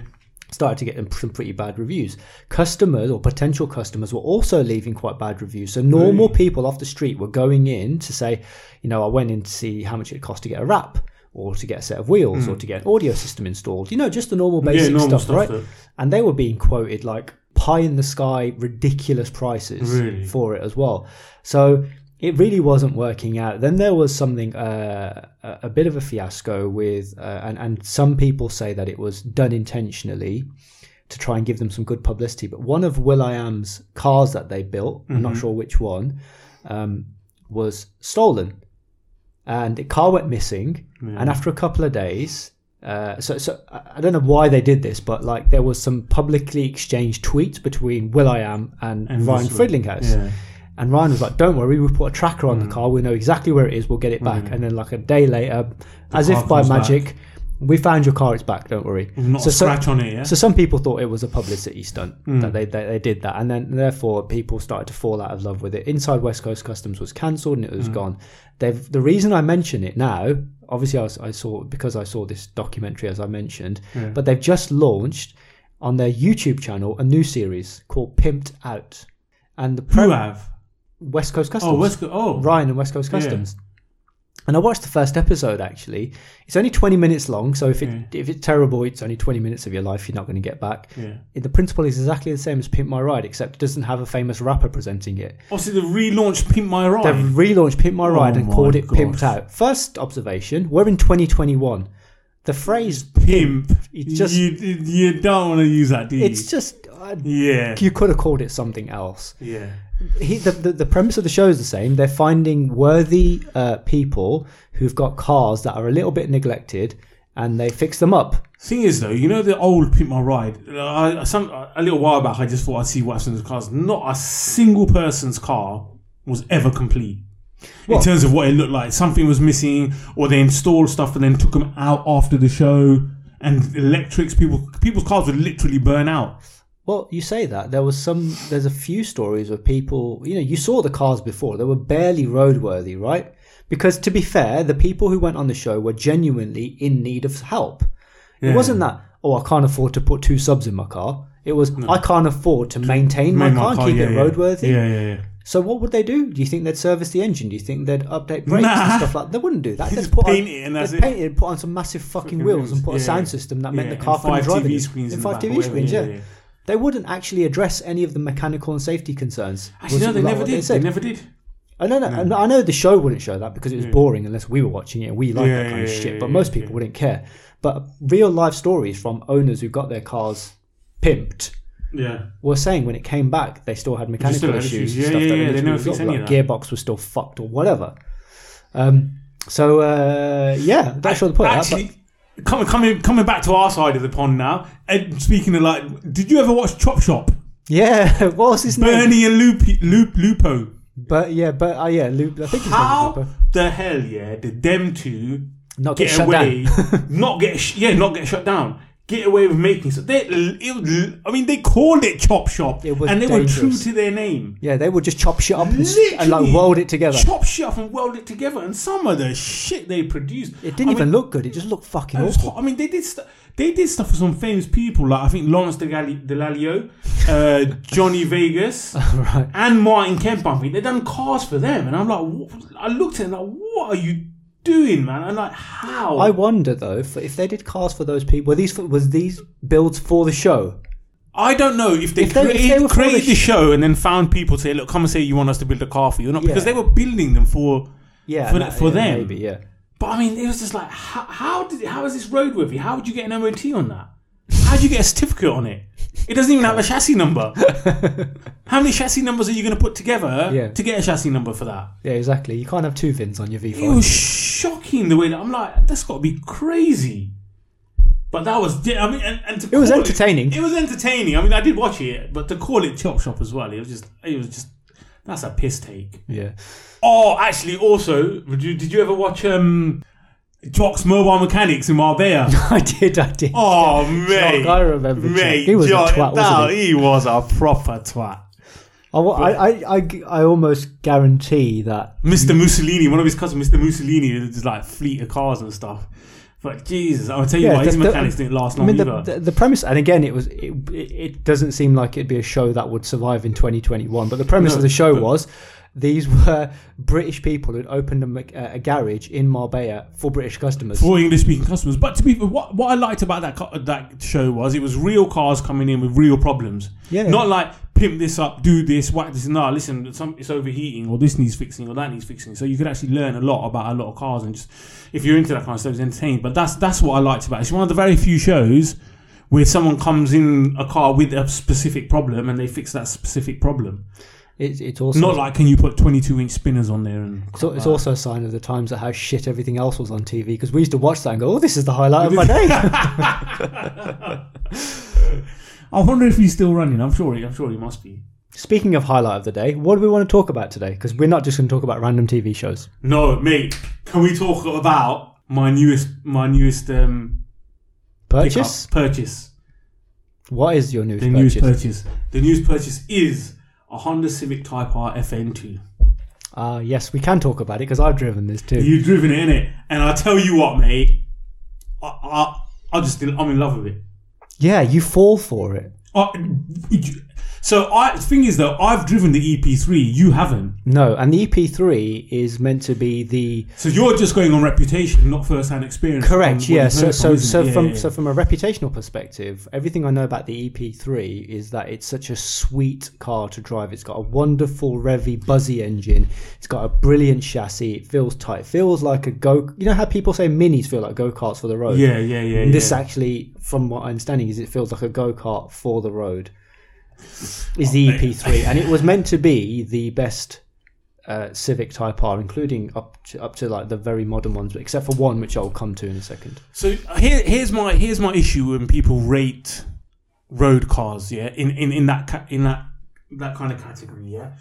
[SPEAKER 2] started to get them some pretty bad reviews. Customers or potential customers were also leaving quite bad reviews. So normal people off the street were going in to say, you know, I went in to see how much it cost to get a wrap or to get a set of wheels or to get an audio system installed. You know, just the normal basic
[SPEAKER 1] Hmm. normal
[SPEAKER 2] stuff,
[SPEAKER 1] stuff
[SPEAKER 2] right?
[SPEAKER 1] that-
[SPEAKER 2] Mm-hmm. And they were being quoted like pie in the sky, ridiculous prices
[SPEAKER 1] Really?
[SPEAKER 2] for it as well. So it really wasn't working out. Then there was something, uh, a a bit of a fiasco with, uh, and, and some people say that it was done intentionally to try and give them some good publicity. But one of Will I Am's cars that they built, I'm not sure which one, um, was stolen. And the car went missing. And after a couple of days, uh, so, so I I don't know why they did this, but like there was some publicly exchanged tweets between Will I Am and,
[SPEAKER 1] And
[SPEAKER 2] Ryan
[SPEAKER 1] this one.
[SPEAKER 2] Fridlinghouse.
[SPEAKER 1] Yeah. Mm.
[SPEAKER 2] And Ryan was like, "Don't worry, we've put a tracker on the car. We know exactly where it is. We'll get it back." And then, like a day later, as
[SPEAKER 1] car
[SPEAKER 2] if by
[SPEAKER 1] comes back.
[SPEAKER 2] magic, we found your car. It's back. Don't worry.
[SPEAKER 1] Not a
[SPEAKER 2] so-
[SPEAKER 1] scratch on it, yeah? Hmm.
[SPEAKER 2] so some people thought it was a publicity stunt that they, they they did that, and then therefore people started to fall out of love with it. Inside West Coast Customs was cancelled and it
[SPEAKER 1] Hmm.
[SPEAKER 2] was gone. They've the reason I mention it now, obviously I, was, I saw because I saw this documentary as I mentioned, but they've just launched on their YouTube channel a new series called Pimped Out, and the
[SPEAKER 1] Who
[SPEAKER 2] pre-
[SPEAKER 1] have?
[SPEAKER 2] West Coast Customs.
[SPEAKER 1] Oh, West Coast. Oh,
[SPEAKER 2] Ryan and West Coast Customs. And I watched the first episode actually. It's only 20 minutes long, so if it
[SPEAKER 1] Hmm.
[SPEAKER 2] if it's terrible, it's only 20 minutes of your life you're not going to get back.
[SPEAKER 1] Yeah.
[SPEAKER 2] The principle is exactly the same as Pimp My Ride, except it doesn't have a famous rapper presenting it.
[SPEAKER 1] Obviously, the relaunched Pimp My Ride.
[SPEAKER 2] They've relaunched Pimp My Ride and
[SPEAKER 1] Oh my
[SPEAKER 2] called it
[SPEAKER 1] God.
[SPEAKER 2] Pimped Out. First observation, we're in 2021. The phrase
[SPEAKER 1] Pimp.
[SPEAKER 2] It's just-
[SPEAKER 1] you, you don't want to use that, do you?
[SPEAKER 2] it's just uh,
[SPEAKER 1] yeah.
[SPEAKER 2] you could have called it something else.
[SPEAKER 1] Yeah.
[SPEAKER 2] he, the, the, the premise of the show is the same. They're finding worthy uh, people who've got cars that are a little bit neglected and they fix them up.
[SPEAKER 1] Thing is, though, you know the old Pimp My Ride. I, I- some a little while back, I just thought I'd see what happens with cars. Not a single person's car was ever complete in
[SPEAKER 2] Well-
[SPEAKER 1] terms of what it looked like. Something was missing, or they installed stuff and then took them out after the show. And electrics, people, people's cars would literally burn out.
[SPEAKER 2] Well, you say that there was some. There's a few stories of people. You know, you saw the cars before; they were barely roadworthy, right? Because to be fair, the people who went on the show were genuinely in need of help. It wasn't that. Oh, I can't afford to put two subs in my car. It was I can't afford to maintain my,
[SPEAKER 1] Made
[SPEAKER 2] car, and keep it
[SPEAKER 1] yeah, yeah.
[SPEAKER 2] roadworthy.
[SPEAKER 1] Yeah, yeah, yeah.
[SPEAKER 2] So what would they do? Do you think they'd service the engine? Do you think they'd update brakes and
[SPEAKER 1] Nah.
[SPEAKER 2] stuff like that? They wouldn't do that. They'd
[SPEAKER 1] just
[SPEAKER 2] put
[SPEAKER 1] paint
[SPEAKER 2] on,
[SPEAKER 1] it and that's
[SPEAKER 2] they'd
[SPEAKER 1] it.
[SPEAKER 2] paint it and put on some massive fucking wheels and put a
[SPEAKER 1] Yeah,
[SPEAKER 2] sound
[SPEAKER 1] yeah.
[SPEAKER 2] system that meant
[SPEAKER 1] Yeah,
[SPEAKER 2] the car
[SPEAKER 1] and
[SPEAKER 2] couldn't
[SPEAKER 1] five
[SPEAKER 2] drive
[SPEAKER 1] TV
[SPEAKER 2] it.
[SPEAKER 1] screens
[SPEAKER 2] And
[SPEAKER 1] in the
[SPEAKER 2] five
[SPEAKER 1] back,
[SPEAKER 2] TV
[SPEAKER 1] whatever,
[SPEAKER 2] screens,
[SPEAKER 1] yeah,
[SPEAKER 2] yeah.
[SPEAKER 1] yeah.
[SPEAKER 2] They wouldn't actually address any of the mechanical and safety concerns.
[SPEAKER 1] Actually,
[SPEAKER 2] was
[SPEAKER 1] no, they
[SPEAKER 2] like
[SPEAKER 1] never
[SPEAKER 2] what
[SPEAKER 1] did. They
[SPEAKER 2] said. Oh,
[SPEAKER 1] never did.
[SPEAKER 2] I know, that- I know the show wouldn't show that because it was boring unless we were watching it and we like
[SPEAKER 1] Yeah,
[SPEAKER 2] that kind of
[SPEAKER 1] yeah,
[SPEAKER 2] shit.
[SPEAKER 1] yeah,
[SPEAKER 2] But
[SPEAKER 1] yeah,
[SPEAKER 2] most people wouldn't care. But real life stories from owners who got their cars pimped
[SPEAKER 1] Yeah.
[SPEAKER 2] were saying when it came back, they still had mechanical
[SPEAKER 1] still had issues.
[SPEAKER 2] issues.
[SPEAKER 1] Yeah,
[SPEAKER 2] and stuff
[SPEAKER 1] yeah, yeah,
[SPEAKER 2] that
[SPEAKER 1] they
[SPEAKER 2] needed to
[SPEAKER 1] never
[SPEAKER 2] be
[SPEAKER 1] fixed
[SPEAKER 2] resolved,
[SPEAKER 1] any
[SPEAKER 2] like
[SPEAKER 1] of that.
[SPEAKER 2] Gearbox was still fucked or whatever. Um, so uh, yeah, that's all the point. That's-
[SPEAKER 1] Actually, coming coming coming back to our side of the pond now. And speaking of like, did you ever watch Chop Shop?
[SPEAKER 2] yeah, what was his name?
[SPEAKER 1] Bernie and Lupi, Lup, Lupo.
[SPEAKER 2] But yeah, but uh, yeah, Luke. I think his name
[SPEAKER 1] How
[SPEAKER 2] was Lupo.
[SPEAKER 1] the hell, yeah, did them two
[SPEAKER 2] Not get
[SPEAKER 1] get
[SPEAKER 2] shut
[SPEAKER 1] away?
[SPEAKER 2] down.
[SPEAKER 1] not get sh- yeah, not get shut down. Get away with making so they. It, was- I mean, they called it Chop Shop,
[SPEAKER 2] It was
[SPEAKER 1] and they were true
[SPEAKER 2] dangerous.
[SPEAKER 1] to their name.
[SPEAKER 2] Yeah, they would just chop shit up and, s- and like
[SPEAKER 1] Literally
[SPEAKER 2] weld it together.
[SPEAKER 1] Chop shit up and weld it together, and some of the shit they produced.
[SPEAKER 2] It didn't
[SPEAKER 1] I mean,
[SPEAKER 2] even look good. It just looked fucking
[SPEAKER 1] It was
[SPEAKER 2] awful.
[SPEAKER 1] hot. I mean, they did st- they did stuff for some famous people like I think Lawrence Delalio, uh, Johnny Vegas,
[SPEAKER 2] right.
[SPEAKER 1] and Martin Kemp. I think they done cars for them, and I'm like, what? I looked at it and like, what are you doing, man? And like, how?
[SPEAKER 2] I wonder though if, if they did cast for those people. Were these was these builds for the show?
[SPEAKER 1] I don't know if they,
[SPEAKER 2] If they- if
[SPEAKER 1] created,
[SPEAKER 2] they were for
[SPEAKER 1] created
[SPEAKER 2] the
[SPEAKER 1] the show and then found people to say, look, come and say you want us to build a car for you, or not because
[SPEAKER 2] Yeah.
[SPEAKER 1] they were building them for.
[SPEAKER 2] Yeah,
[SPEAKER 1] For
[SPEAKER 2] and
[SPEAKER 1] the- for
[SPEAKER 2] yeah,
[SPEAKER 1] them.
[SPEAKER 2] maybe. Yeah.
[SPEAKER 1] But I mean, it was just like, how, how did how is this roadworthy? How would you get an MOT on that? How do you get a certificate on it? It doesn't even have a chassis number. how many chassis numbers are you going to put together
[SPEAKER 2] Yeah.
[SPEAKER 1] to get a chassis number for that?
[SPEAKER 2] Yeah, exactly. You can't have two fins on your
[SPEAKER 1] It
[SPEAKER 2] V5.
[SPEAKER 1] was shocking the way that I'm like, that's got to be crazy. But that was, di- I mean, and, and to
[SPEAKER 2] It was
[SPEAKER 1] call
[SPEAKER 2] entertaining.
[SPEAKER 1] It, was entertaining. I mean, I did watch it, but to call it chop shop as well, it was just, it was just, that's a piss take.
[SPEAKER 2] Yeah.
[SPEAKER 1] Oh, actually, also, did you, did you ever watch um, Jock's Mobile Mechanics in Marbella?
[SPEAKER 2] I did, I did.
[SPEAKER 1] Oh, mate.
[SPEAKER 2] I remember
[SPEAKER 1] Mate,
[SPEAKER 2] Jack. He was a
[SPEAKER 1] Jack-
[SPEAKER 2] twat, wasn't
[SPEAKER 1] no,
[SPEAKER 2] he?
[SPEAKER 1] was a proper twat.
[SPEAKER 2] I, wa- I, I, I, I almost guarantee that.
[SPEAKER 1] Mr. Mussolini, one of his cousins, Mr. Mussolini, is like fleet of cars and stuff. But Jesus, I'll tell you
[SPEAKER 2] Yeah,
[SPEAKER 1] what, his
[SPEAKER 2] the- the-
[SPEAKER 1] mechanics didn't last
[SPEAKER 2] I
[SPEAKER 1] long
[SPEAKER 2] mean, the,
[SPEAKER 1] either.
[SPEAKER 2] the, the premise, and again, it was it, it it doesn't seem like it'd be a show that would survive in 2021. But the premise
[SPEAKER 1] No,
[SPEAKER 2] of the show
[SPEAKER 1] but-
[SPEAKER 2] was these were British people who'd opened a, mech- a garage in Marbella for British customers.
[SPEAKER 1] for English speaking customers. But to be what what I liked about that co- that show was it was real cars coming in with real problems.
[SPEAKER 2] Yeah.
[SPEAKER 1] Not like pimp this up, do this, whack this. No, listen, some, it's overheating or this needs fixing or that needs fixing. So you could actually learn a lot about a lot of cars and just if you're into that kind of stuff, it's entertaining. But that's that's what I liked about it. It's one of the very few shows. Where someone comes in a car with a specific problem and they fix that specific problem.
[SPEAKER 2] It's it's also
[SPEAKER 1] Not like can you put 22 inch spinners on there and
[SPEAKER 2] So it's also a sign of the times that how shit everything else was on TV because we used to watch that and go, "Oh, this is the highlight of my day."
[SPEAKER 1] I wonder if he's still running. I'm sure. he- I'm sure he must be.
[SPEAKER 2] Speaking of highlight of the day, what do we want to talk about today? Because we're not just going to talk about random TV shows.
[SPEAKER 1] No, mate. Can we talk about my newest my newest um pickup,
[SPEAKER 2] Purchase.
[SPEAKER 1] purchase?
[SPEAKER 2] What is your newest
[SPEAKER 1] The
[SPEAKER 2] purchase?
[SPEAKER 1] newest purchase. The newest purchase is a Honda Civic Type R FN2.
[SPEAKER 2] Ah, yes, we can talk about it because I've driven this too.
[SPEAKER 1] You've driven it in it, and I tell you what, mate. I I, I just I'm in love with it.
[SPEAKER 2] yeah, you fall for it.
[SPEAKER 1] I, so I the thing is though, I've driven the EP3. You haven't.
[SPEAKER 2] No, and the EP3 is meant to be the um,
[SPEAKER 1] So you're just going on reputation, not first-hand experience. on
[SPEAKER 2] correct.
[SPEAKER 1] what
[SPEAKER 2] Yeah.
[SPEAKER 1] you've
[SPEAKER 2] So
[SPEAKER 1] heard
[SPEAKER 2] so
[SPEAKER 1] isn't it?
[SPEAKER 2] so
[SPEAKER 1] Yeah,
[SPEAKER 2] from
[SPEAKER 1] yeah, yeah.
[SPEAKER 2] so from a reputational perspective, everything I know about the EP3 is that it's such a sweet car to drive. It's got a wonderful revvy, buzzy engine. It's got a brilliant chassis. It feels tight. It feels like a go. You know how people say minis feel like go karts for the road.
[SPEAKER 1] yeah, yeah, yeah.
[SPEAKER 2] And this
[SPEAKER 1] yeah.
[SPEAKER 2] actually, from what I'm understanding, is it feels like a go kart for the road. Is
[SPEAKER 1] Oh,
[SPEAKER 2] the EP3, and it was meant to be the best uh, Civic Type R, including up to, up to like the very modern ones, but except for one, which I'll come to in a second.
[SPEAKER 1] So here, here's my here's my issue when people rate road cars, yeah, in in, in that ca- in that that kind of category, yeah.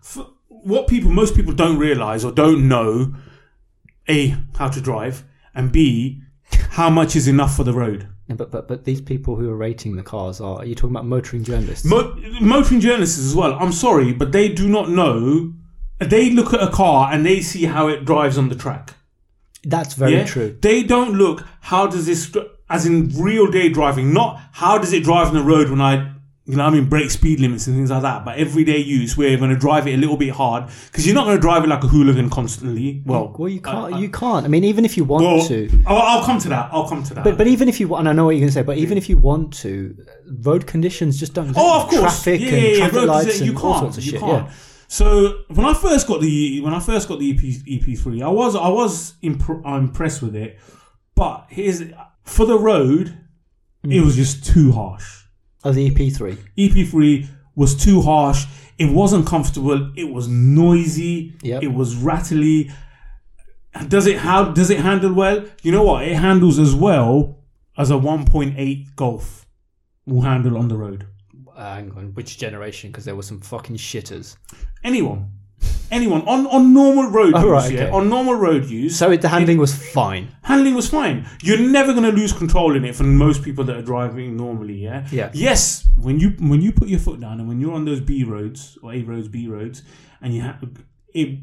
[SPEAKER 1] For what people most people don't realize or don't know, a how to drive and b how much is enough for the road.
[SPEAKER 2] Yeah, But but but these people who are rating the cars are are you talking about motoring journalists?
[SPEAKER 1] Mo- motoring journalists as well. I'm sorry, but they do not know. They look at a car and they see how it drives on the track.
[SPEAKER 2] That's very
[SPEAKER 1] Yeah?
[SPEAKER 2] true.
[SPEAKER 1] They don't look how does this as in real day driving, not how does it drive on the road when I you know, I mean, break speed limits and things like that. But everyday use, where you're going to drive it a little bit hard because you're not going to drive it like a hooligan constantly. Well,
[SPEAKER 2] Well, you can't. you can't. I mean, even if you want
[SPEAKER 1] Uh, well,
[SPEAKER 2] to,
[SPEAKER 1] I'll, I'll come to that. I'll come to that.
[SPEAKER 2] But, but even if you want, and I know what you're going to say, but even if you want to, road conditions just don't.
[SPEAKER 1] Oh, of course.
[SPEAKER 2] Traffic
[SPEAKER 1] yeah,
[SPEAKER 2] and
[SPEAKER 1] yeah, yeah.
[SPEAKER 2] traffic
[SPEAKER 1] Road
[SPEAKER 2] lights
[SPEAKER 1] design,
[SPEAKER 2] and
[SPEAKER 1] you can't,
[SPEAKER 2] all sorts of
[SPEAKER 1] you
[SPEAKER 2] shit.
[SPEAKER 1] Can't.
[SPEAKER 2] Yeah.
[SPEAKER 1] So when I first got the E when I first got the EP EP three, I was I was impr- I'm impressed with it, but here's for the road, it
[SPEAKER 2] Mm.
[SPEAKER 1] was just too harsh.
[SPEAKER 2] Of Oh, the E EP3.
[SPEAKER 1] EP3 was too harsh. It wasn't comfortable. It was noisy.
[SPEAKER 2] Yep.
[SPEAKER 1] It was rattly. Does it how does it handle well? You know what? It handles as well as a 1.8 Golf will handle on the road.
[SPEAKER 2] Uh, hang on, which generation? Because there were some fucking shitters.
[SPEAKER 1] Anyone, anyone on on normal road
[SPEAKER 2] Oh,
[SPEAKER 1] use,
[SPEAKER 2] right, okay.
[SPEAKER 1] yeah, on normal road use,
[SPEAKER 2] So it, the handling was fine.
[SPEAKER 1] handling was fine. You're never going to lose control in it for most people that are driving normally. Yeah.
[SPEAKER 2] Yeah.
[SPEAKER 1] Yes, when you when you put your foot down and when you're on those B roads or A roads, B roads, and you ha- it,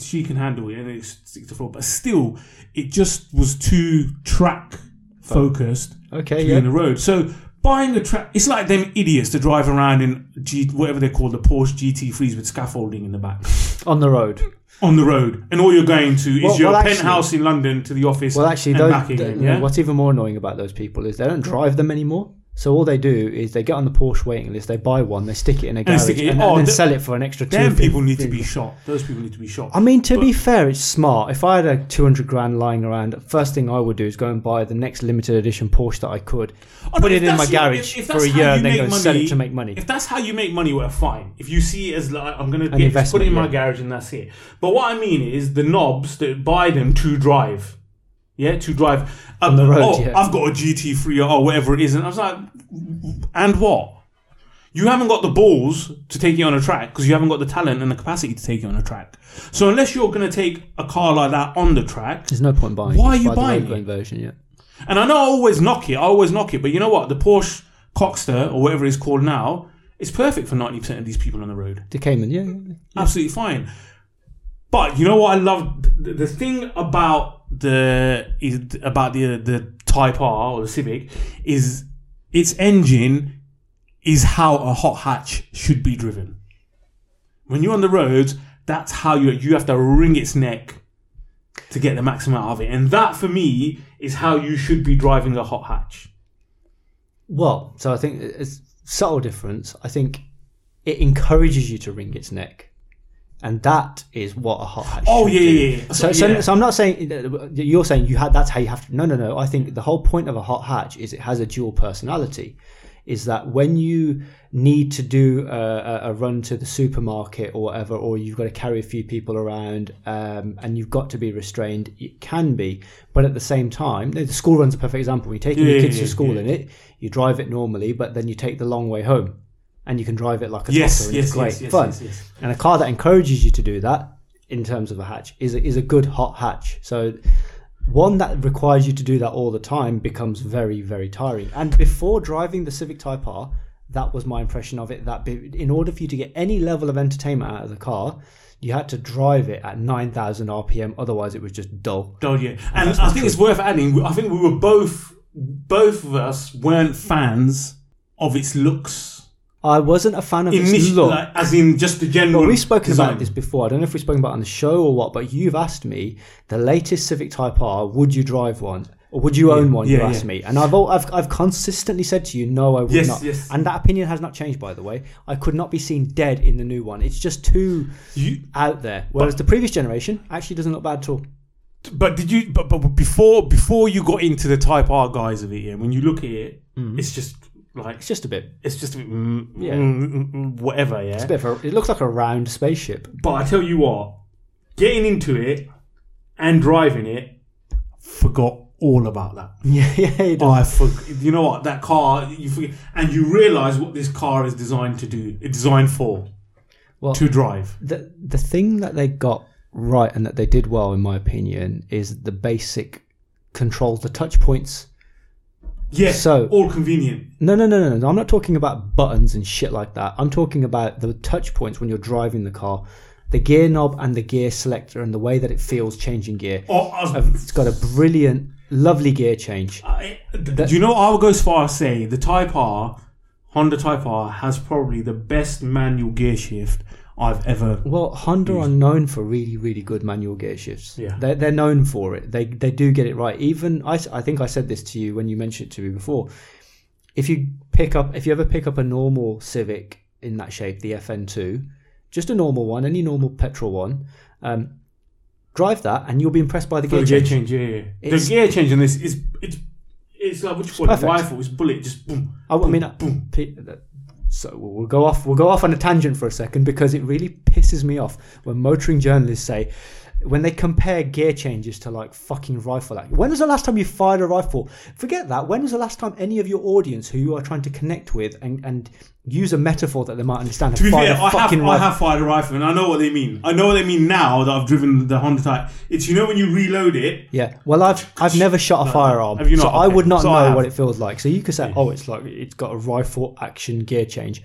[SPEAKER 1] she can handle it and it sticks to floor. But still, it just was too track focused
[SPEAKER 2] Okay,
[SPEAKER 1] to be
[SPEAKER 2] yeah.
[SPEAKER 1] in the road. So. Buying a track, it's like them idiots to drive around in G, whatever they're called, the Porsche GT3s with scaffolding in the back
[SPEAKER 2] On the road.
[SPEAKER 1] on the road, and all you're going to is
[SPEAKER 2] Well-
[SPEAKER 1] your
[SPEAKER 2] well, actually-
[SPEAKER 1] penthouse in London to the office.
[SPEAKER 2] Well, actually,
[SPEAKER 1] and
[SPEAKER 2] those,
[SPEAKER 1] back
[SPEAKER 2] th-
[SPEAKER 1] again.
[SPEAKER 2] no,
[SPEAKER 1] yeah?
[SPEAKER 2] what's even more annoying about those people is they don't drive them anymore. So all they do is they get on the Porsche waiting list, they buy one, they stick it in a
[SPEAKER 1] they
[SPEAKER 2] garage,
[SPEAKER 1] stick
[SPEAKER 2] and,
[SPEAKER 1] it-
[SPEAKER 2] and
[SPEAKER 1] oh,
[SPEAKER 2] then
[SPEAKER 1] th-
[SPEAKER 2] sell it for an extra two.
[SPEAKER 1] Them
[SPEAKER 2] fif-
[SPEAKER 1] people need to
[SPEAKER 2] fif-
[SPEAKER 1] be shot. Those people need to be shot.
[SPEAKER 2] I mean, to be fair, it's smart. If I had a 200 grand lying around, first thing I would do is go and buy the next limited edition Porsche that I could,
[SPEAKER 1] Oh, no,
[SPEAKER 2] put
[SPEAKER 1] if
[SPEAKER 2] it in my
[SPEAKER 1] that's your-
[SPEAKER 2] garage
[SPEAKER 1] if- if
[SPEAKER 2] for
[SPEAKER 1] that's
[SPEAKER 2] a
[SPEAKER 1] how
[SPEAKER 2] year,
[SPEAKER 1] you
[SPEAKER 2] and then
[SPEAKER 1] make
[SPEAKER 2] go and sell it
[SPEAKER 1] money-
[SPEAKER 2] to make money.
[SPEAKER 1] If that's how you make money, well, fine. If you see it as like I'm going to get just put
[SPEAKER 2] investment,
[SPEAKER 1] it in my
[SPEAKER 2] yeah.
[SPEAKER 1] garage and that's it. But what I mean is the knobs that buy them to drive. Yeah, to drive on
[SPEAKER 2] the road,
[SPEAKER 1] Oh,
[SPEAKER 2] yeah.
[SPEAKER 1] I've got a GT3 or whatever it is, and I was like, and what? You haven't got the balls to take it on a track because you haven't got the talent and the capacity to take it on a track. So unless you're going to take a car like that on the track,
[SPEAKER 2] There's no point buying.
[SPEAKER 1] Why are
[SPEAKER 2] Just
[SPEAKER 1] you
[SPEAKER 2] buy the
[SPEAKER 1] buying
[SPEAKER 2] road
[SPEAKER 1] it?
[SPEAKER 2] going version? Yeah.
[SPEAKER 1] And I know I always knock it, I always knock it, but you know what? The Porsche Cockster, or whatever it's called now, is perfect for 90% of these people on the road.
[SPEAKER 2] The Cayman, yeah, yeah.
[SPEAKER 1] Absolutely fine. But you know what I love? The, the thing about the is about the the Type R or the Civic is its engine is how a hot hatch should be driven. When you're on the roads, that's how you you have to wring its neck to get the maximum out of it, and that for me is how you should be driving a hot hatch.
[SPEAKER 2] Well, so I think it's subtle difference. I think it encourages you to wring its neck, and that is what a hot hatch.
[SPEAKER 1] Oh
[SPEAKER 2] should
[SPEAKER 1] yeah,
[SPEAKER 2] do.
[SPEAKER 1] yeah, yeah.
[SPEAKER 2] So, so, so I'm not saying uh, you're saying you had that's how you have to. No, no, no. I think the whole point of a hot hatch is it has a dual personality. Is that when you need to do a, a- a run to the supermarket or whatever, or you've got to carry a few people around um, and you've got to be restrained? It can be, but at the same time, the school run's a perfect example. You're taking
[SPEAKER 1] Yeah,
[SPEAKER 2] your
[SPEAKER 1] yeah,
[SPEAKER 2] kids
[SPEAKER 1] yeah,
[SPEAKER 2] to school
[SPEAKER 1] yeah.
[SPEAKER 2] in it, you drive it normally, but then you take the long way home, and you can drive it like a
[SPEAKER 1] Yes,
[SPEAKER 2] toddler, and
[SPEAKER 1] yes,
[SPEAKER 2] it's great
[SPEAKER 1] yes, yes,
[SPEAKER 2] fun.
[SPEAKER 1] yes, yes.
[SPEAKER 2] And a car that encourages you to do that in terms of a hatch is a, is a good hot hatch. So one that requires you to do that all the time becomes very very tiring. And before driving the Civic Type R, that was my impression of it. That be, in order for you to get any level of entertainment out of the car, you had to drive it at nine thousand RPM. Otherwise, it was just dull.
[SPEAKER 1] Oh yeah, and I think it's worth adding. I think we were both, both of us weren't fans of its looks.
[SPEAKER 2] I wasn't a fan of its
[SPEAKER 1] Initially,
[SPEAKER 2] look.
[SPEAKER 1] like, as in just the general.
[SPEAKER 2] We've spoken
[SPEAKER 1] design.
[SPEAKER 2] about this before. I don't know if we've spoken about it on the show or what, but you've asked me the latest Civic Type R. Would you drive one? Or would you own one? you
[SPEAKER 1] yeah,
[SPEAKER 2] asked
[SPEAKER 1] yeah.
[SPEAKER 2] me, and I've, al- I've I've consistently said to you, no, I would
[SPEAKER 1] Yes,
[SPEAKER 2] not.
[SPEAKER 1] yes.
[SPEAKER 2] And that opinion has not changed, by the way. I could not be seen dead in the new one. It's just too
[SPEAKER 1] You,
[SPEAKER 2] out there. Whereas the previous generation actually doesn't look bad at all.
[SPEAKER 1] but did you? But, but before before you got into the Type R guys of it, yeah, when you look at it, it's just like
[SPEAKER 2] It's just a bit,
[SPEAKER 1] it's just a bit, mm,
[SPEAKER 2] Mm-hmm. Yeah.
[SPEAKER 1] mm, mm, mm, whatever, yeah.
[SPEAKER 2] a bit of a, it looks like a round spaceship.
[SPEAKER 1] But I tell you what, getting into it and driving it, forgot all about that.
[SPEAKER 2] Yeah, yeah. It does.
[SPEAKER 1] I forg You know what? That car, you forget, and you realize what this car is designed to do. It's designed for
[SPEAKER 2] Well-
[SPEAKER 1] to drive.
[SPEAKER 2] the the thing that they got right and that they did well in my opinion is the basic controls the touch points
[SPEAKER 1] Yes,
[SPEAKER 2] So-
[SPEAKER 1] all convenient.
[SPEAKER 2] no no no no no i'm not talking about buttons and shit like that i'm talking about the touch points when you're driving the car the gear knob and the gear selector and the way that it feels changing gear
[SPEAKER 1] Or, Oh, I was-
[SPEAKER 2] it's got a brilliant lovely gear change
[SPEAKER 1] I- do you know? I would go as far as say the Type R, Honda Type R, has probably the best manual gear shift I've ever.
[SPEAKER 2] well honda are known for really really good manual gear shifts
[SPEAKER 1] Yeah.
[SPEAKER 2] they're, they're known for it they they do get it right even I, s- I think i said this to you when you mentioned it to me before if you pick up if you ever pick up a normal civic in that shape the fn2 just a normal one any normal petrol one um, drive that and you'll be impressed by the
[SPEAKER 1] The
[SPEAKER 2] gear
[SPEAKER 1] gear
[SPEAKER 2] change
[SPEAKER 1] change, yeah, yeah.
[SPEAKER 2] It's-
[SPEAKER 1] the gear change on this is it's it's like what you call it,
[SPEAKER 2] perfect.
[SPEAKER 1] rifle, it's bullet, just boom.
[SPEAKER 2] I, I mean, pe- so we'll we'll go off. We'll go off on a tangent for a second because it really pisses me off when motoring journalists say when they compare gear changes to like fucking rifle action. When was the last time you fired a rifle? Forget that. When was the last time any of your audience who you are trying to connect with and, and use a metaphor that they might understand?
[SPEAKER 1] To be
[SPEAKER 2] fired
[SPEAKER 1] fair,
[SPEAKER 2] a
[SPEAKER 1] I have,
[SPEAKER 2] fucking
[SPEAKER 1] I
[SPEAKER 2] rifle?
[SPEAKER 1] have fired a rifle and I know what they mean. I know what they mean now that I've driven the Honda Type. It's you know when you reload it,
[SPEAKER 2] Yeah. Well, I've I've never shot a firearm,
[SPEAKER 1] Have you
[SPEAKER 2] so
[SPEAKER 1] not?
[SPEAKER 2] I
[SPEAKER 1] Okay.
[SPEAKER 2] would not
[SPEAKER 1] So I
[SPEAKER 2] know
[SPEAKER 1] have.
[SPEAKER 2] what it feels like. So you could say, oh, it's like it's got a rifle action gear change.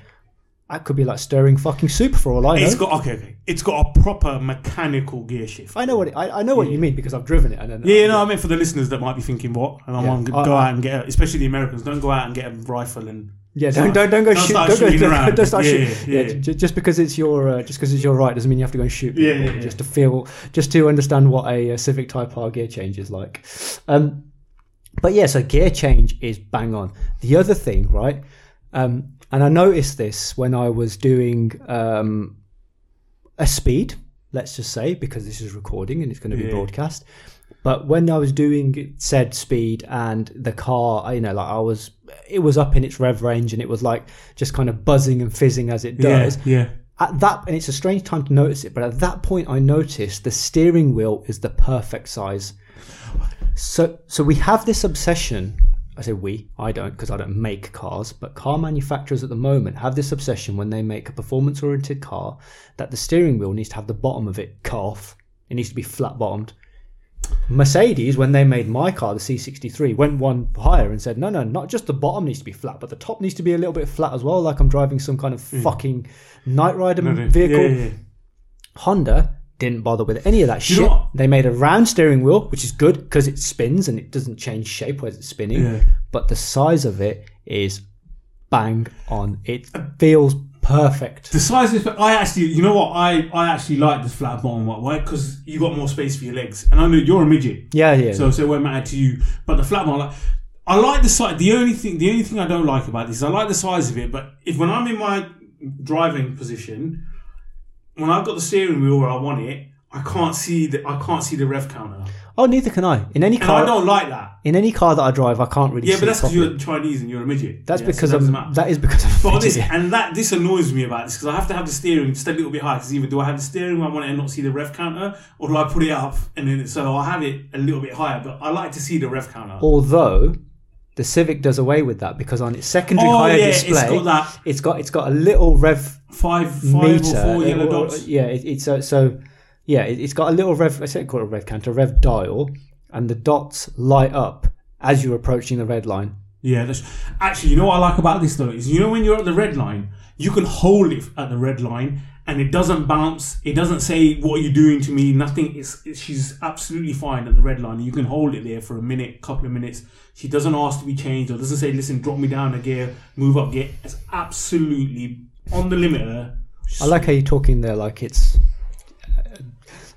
[SPEAKER 2] That could be like stirring fucking super for all I know.
[SPEAKER 1] it's got okay, okay. It's got a proper mechanical gear shift.
[SPEAKER 2] I know what it, I, I know what you mean because I've driven it. And then,
[SPEAKER 1] Hmm.
[SPEAKER 2] um,
[SPEAKER 1] Yeah, you know, I mean for the listeners that might be thinking, what? And I
[SPEAKER 2] Yeah.
[SPEAKER 1] want to
[SPEAKER 2] I-
[SPEAKER 1] go
[SPEAKER 2] I-
[SPEAKER 1] out and get, a, especially the Americans, don't go out and get a rifle and
[SPEAKER 2] yeah. Don't don't don't go
[SPEAKER 1] Don't
[SPEAKER 2] shoot.
[SPEAKER 1] start
[SPEAKER 2] Don't go.
[SPEAKER 1] shooting
[SPEAKER 2] Don't,
[SPEAKER 1] around.
[SPEAKER 2] don't start
[SPEAKER 1] Yeah,
[SPEAKER 2] shooting.
[SPEAKER 1] yeah,
[SPEAKER 2] Yeah,
[SPEAKER 1] yeah.
[SPEAKER 2] ju- just because it's your uh, just because it's your right doesn't mean you have to go and shoot.
[SPEAKER 1] Yeah,
[SPEAKER 2] people,
[SPEAKER 1] yeah, yeah.
[SPEAKER 2] Just to feel, just to understand what a, uh Civic Type R gear change is like. Um, but yeah, so gear change is bang on. The other thing, right? Um, and I noticed this when I was doing um, a speed, let's just say, because this is recording and it's going to be
[SPEAKER 1] Yeah.
[SPEAKER 2] broadcast. But when I was doing said speed and the car, I- you know, like I was, it was up in its rev range and it was like just kind of buzzing and fizzing as it
[SPEAKER 1] yeah,
[SPEAKER 2] does.
[SPEAKER 1] yeah.
[SPEAKER 2] At that, and it's a strange time to notice it, but at that point, I noticed the steering wheel is the perfect size. So, so we have this obsession. I say we, I don't, because I don't make cars, but car manufacturers at the moment have this obsession when they make a performance oriented car that the steering wheel needs to have the bottom of it cut off. It needs to be flat bottomed. Mercedes, when they made my car, the C63, went one higher and said, no, no, not just the bottom needs to be flat, but the top needs to be a little bit flat as well, like I'm driving some kind of fucking Knight Rider
[SPEAKER 1] Mm. Yeah,
[SPEAKER 2] vehicle.
[SPEAKER 1] yeah, yeah.
[SPEAKER 2] Honda didn't bother with any of that
[SPEAKER 1] you know
[SPEAKER 2] shit.
[SPEAKER 1] what?
[SPEAKER 2] They made a round steering wheel, which is good because it spins and it doesn't change shape as it's spinning.
[SPEAKER 1] Yeah.
[SPEAKER 2] But the size of it is bang on. It feels perfect.
[SPEAKER 1] The size of this, I actually, you know what, I, I actually like this flat bottom one. Why? Because you got more space for your legs, and I know you're a midget,
[SPEAKER 2] Yeah, yeah.
[SPEAKER 1] so so it won't matter to you. But the flat bottom, like, I like the size. The only thing, the only thing I don't like about this, is I like the size of it, but if when I'm in my driving position, when I've got the steering wheel where I want it, I can't see the I can't see the rev counter,
[SPEAKER 2] oh, neither can I. In any
[SPEAKER 1] and I
[SPEAKER 2] car,
[SPEAKER 1] don't like that.
[SPEAKER 2] in any car that I drive, I can't really.
[SPEAKER 1] Yeah,
[SPEAKER 2] see
[SPEAKER 1] but that's because
[SPEAKER 2] properly.
[SPEAKER 1] you're Chinese and you're a midget.
[SPEAKER 2] That's
[SPEAKER 1] Yeah, so
[SPEAKER 2] because
[SPEAKER 1] that doesn't
[SPEAKER 2] I'm.
[SPEAKER 1] matter.
[SPEAKER 2] That is because I'm.
[SPEAKER 1] But
[SPEAKER 2] fidgety.
[SPEAKER 1] this and that this annoys me about this because I have to have the steering just a little bit high because either do I have the steering where I want it and not see the rev counter, or do I put it up and then so I have it a little bit higher, but I like to see the rev counter.
[SPEAKER 2] Although the Civic does away with that because on its secondary
[SPEAKER 1] Oh,
[SPEAKER 2] higher
[SPEAKER 1] yeah, it's
[SPEAKER 2] display,
[SPEAKER 1] got that.
[SPEAKER 2] it's got it's got a little rev
[SPEAKER 1] Five, five
[SPEAKER 2] meter.
[SPEAKER 1] or four
[SPEAKER 2] uh,
[SPEAKER 1] yellow
[SPEAKER 2] or-
[SPEAKER 1] dots.
[SPEAKER 2] Yeah, it, it's uh, so yeah, it, it's got a little rev. I said call it a rev counter, a rev dial, and the dots light up as you're approaching the red line.
[SPEAKER 1] Yeah, that's actually you know what I like about this though is you know when you're at the red line, you can hold it at the red line and it doesn't bounce. It doesn't say what are you doing to me. Nothing. It's, it's she's absolutely fine at the red line. You can hold it there for a minute, couple of minutes. She doesn't ask to be changed or doesn't say listen, drop me down a gear, move up gear. It's absolutely on the limiter.
[SPEAKER 2] I like how you're talking there, like it's uh,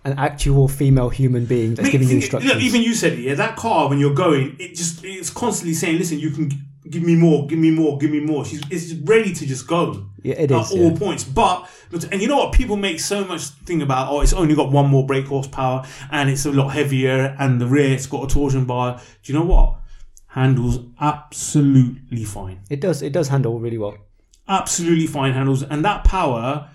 [SPEAKER 2] an actual female human being that's giving you
[SPEAKER 1] Think-
[SPEAKER 2] instructions.
[SPEAKER 1] Look, even you said it. Yeah, that car when you're going, it just it's constantly saying, "Listen, you can g- give me more, give me more, give me more." She's it's ready to just go.
[SPEAKER 2] Yeah, it
[SPEAKER 1] at
[SPEAKER 2] is,
[SPEAKER 1] all
[SPEAKER 2] yeah.
[SPEAKER 1] points. But but- and you know what? People make so much thing about oh, it's only got one more brake horsepower and it's a lot heavier and the rear it's got a torsion bar. Do you know what? Handles absolutely fine
[SPEAKER 2] it does it does handle really well.
[SPEAKER 1] absolutely fine handles, and that power,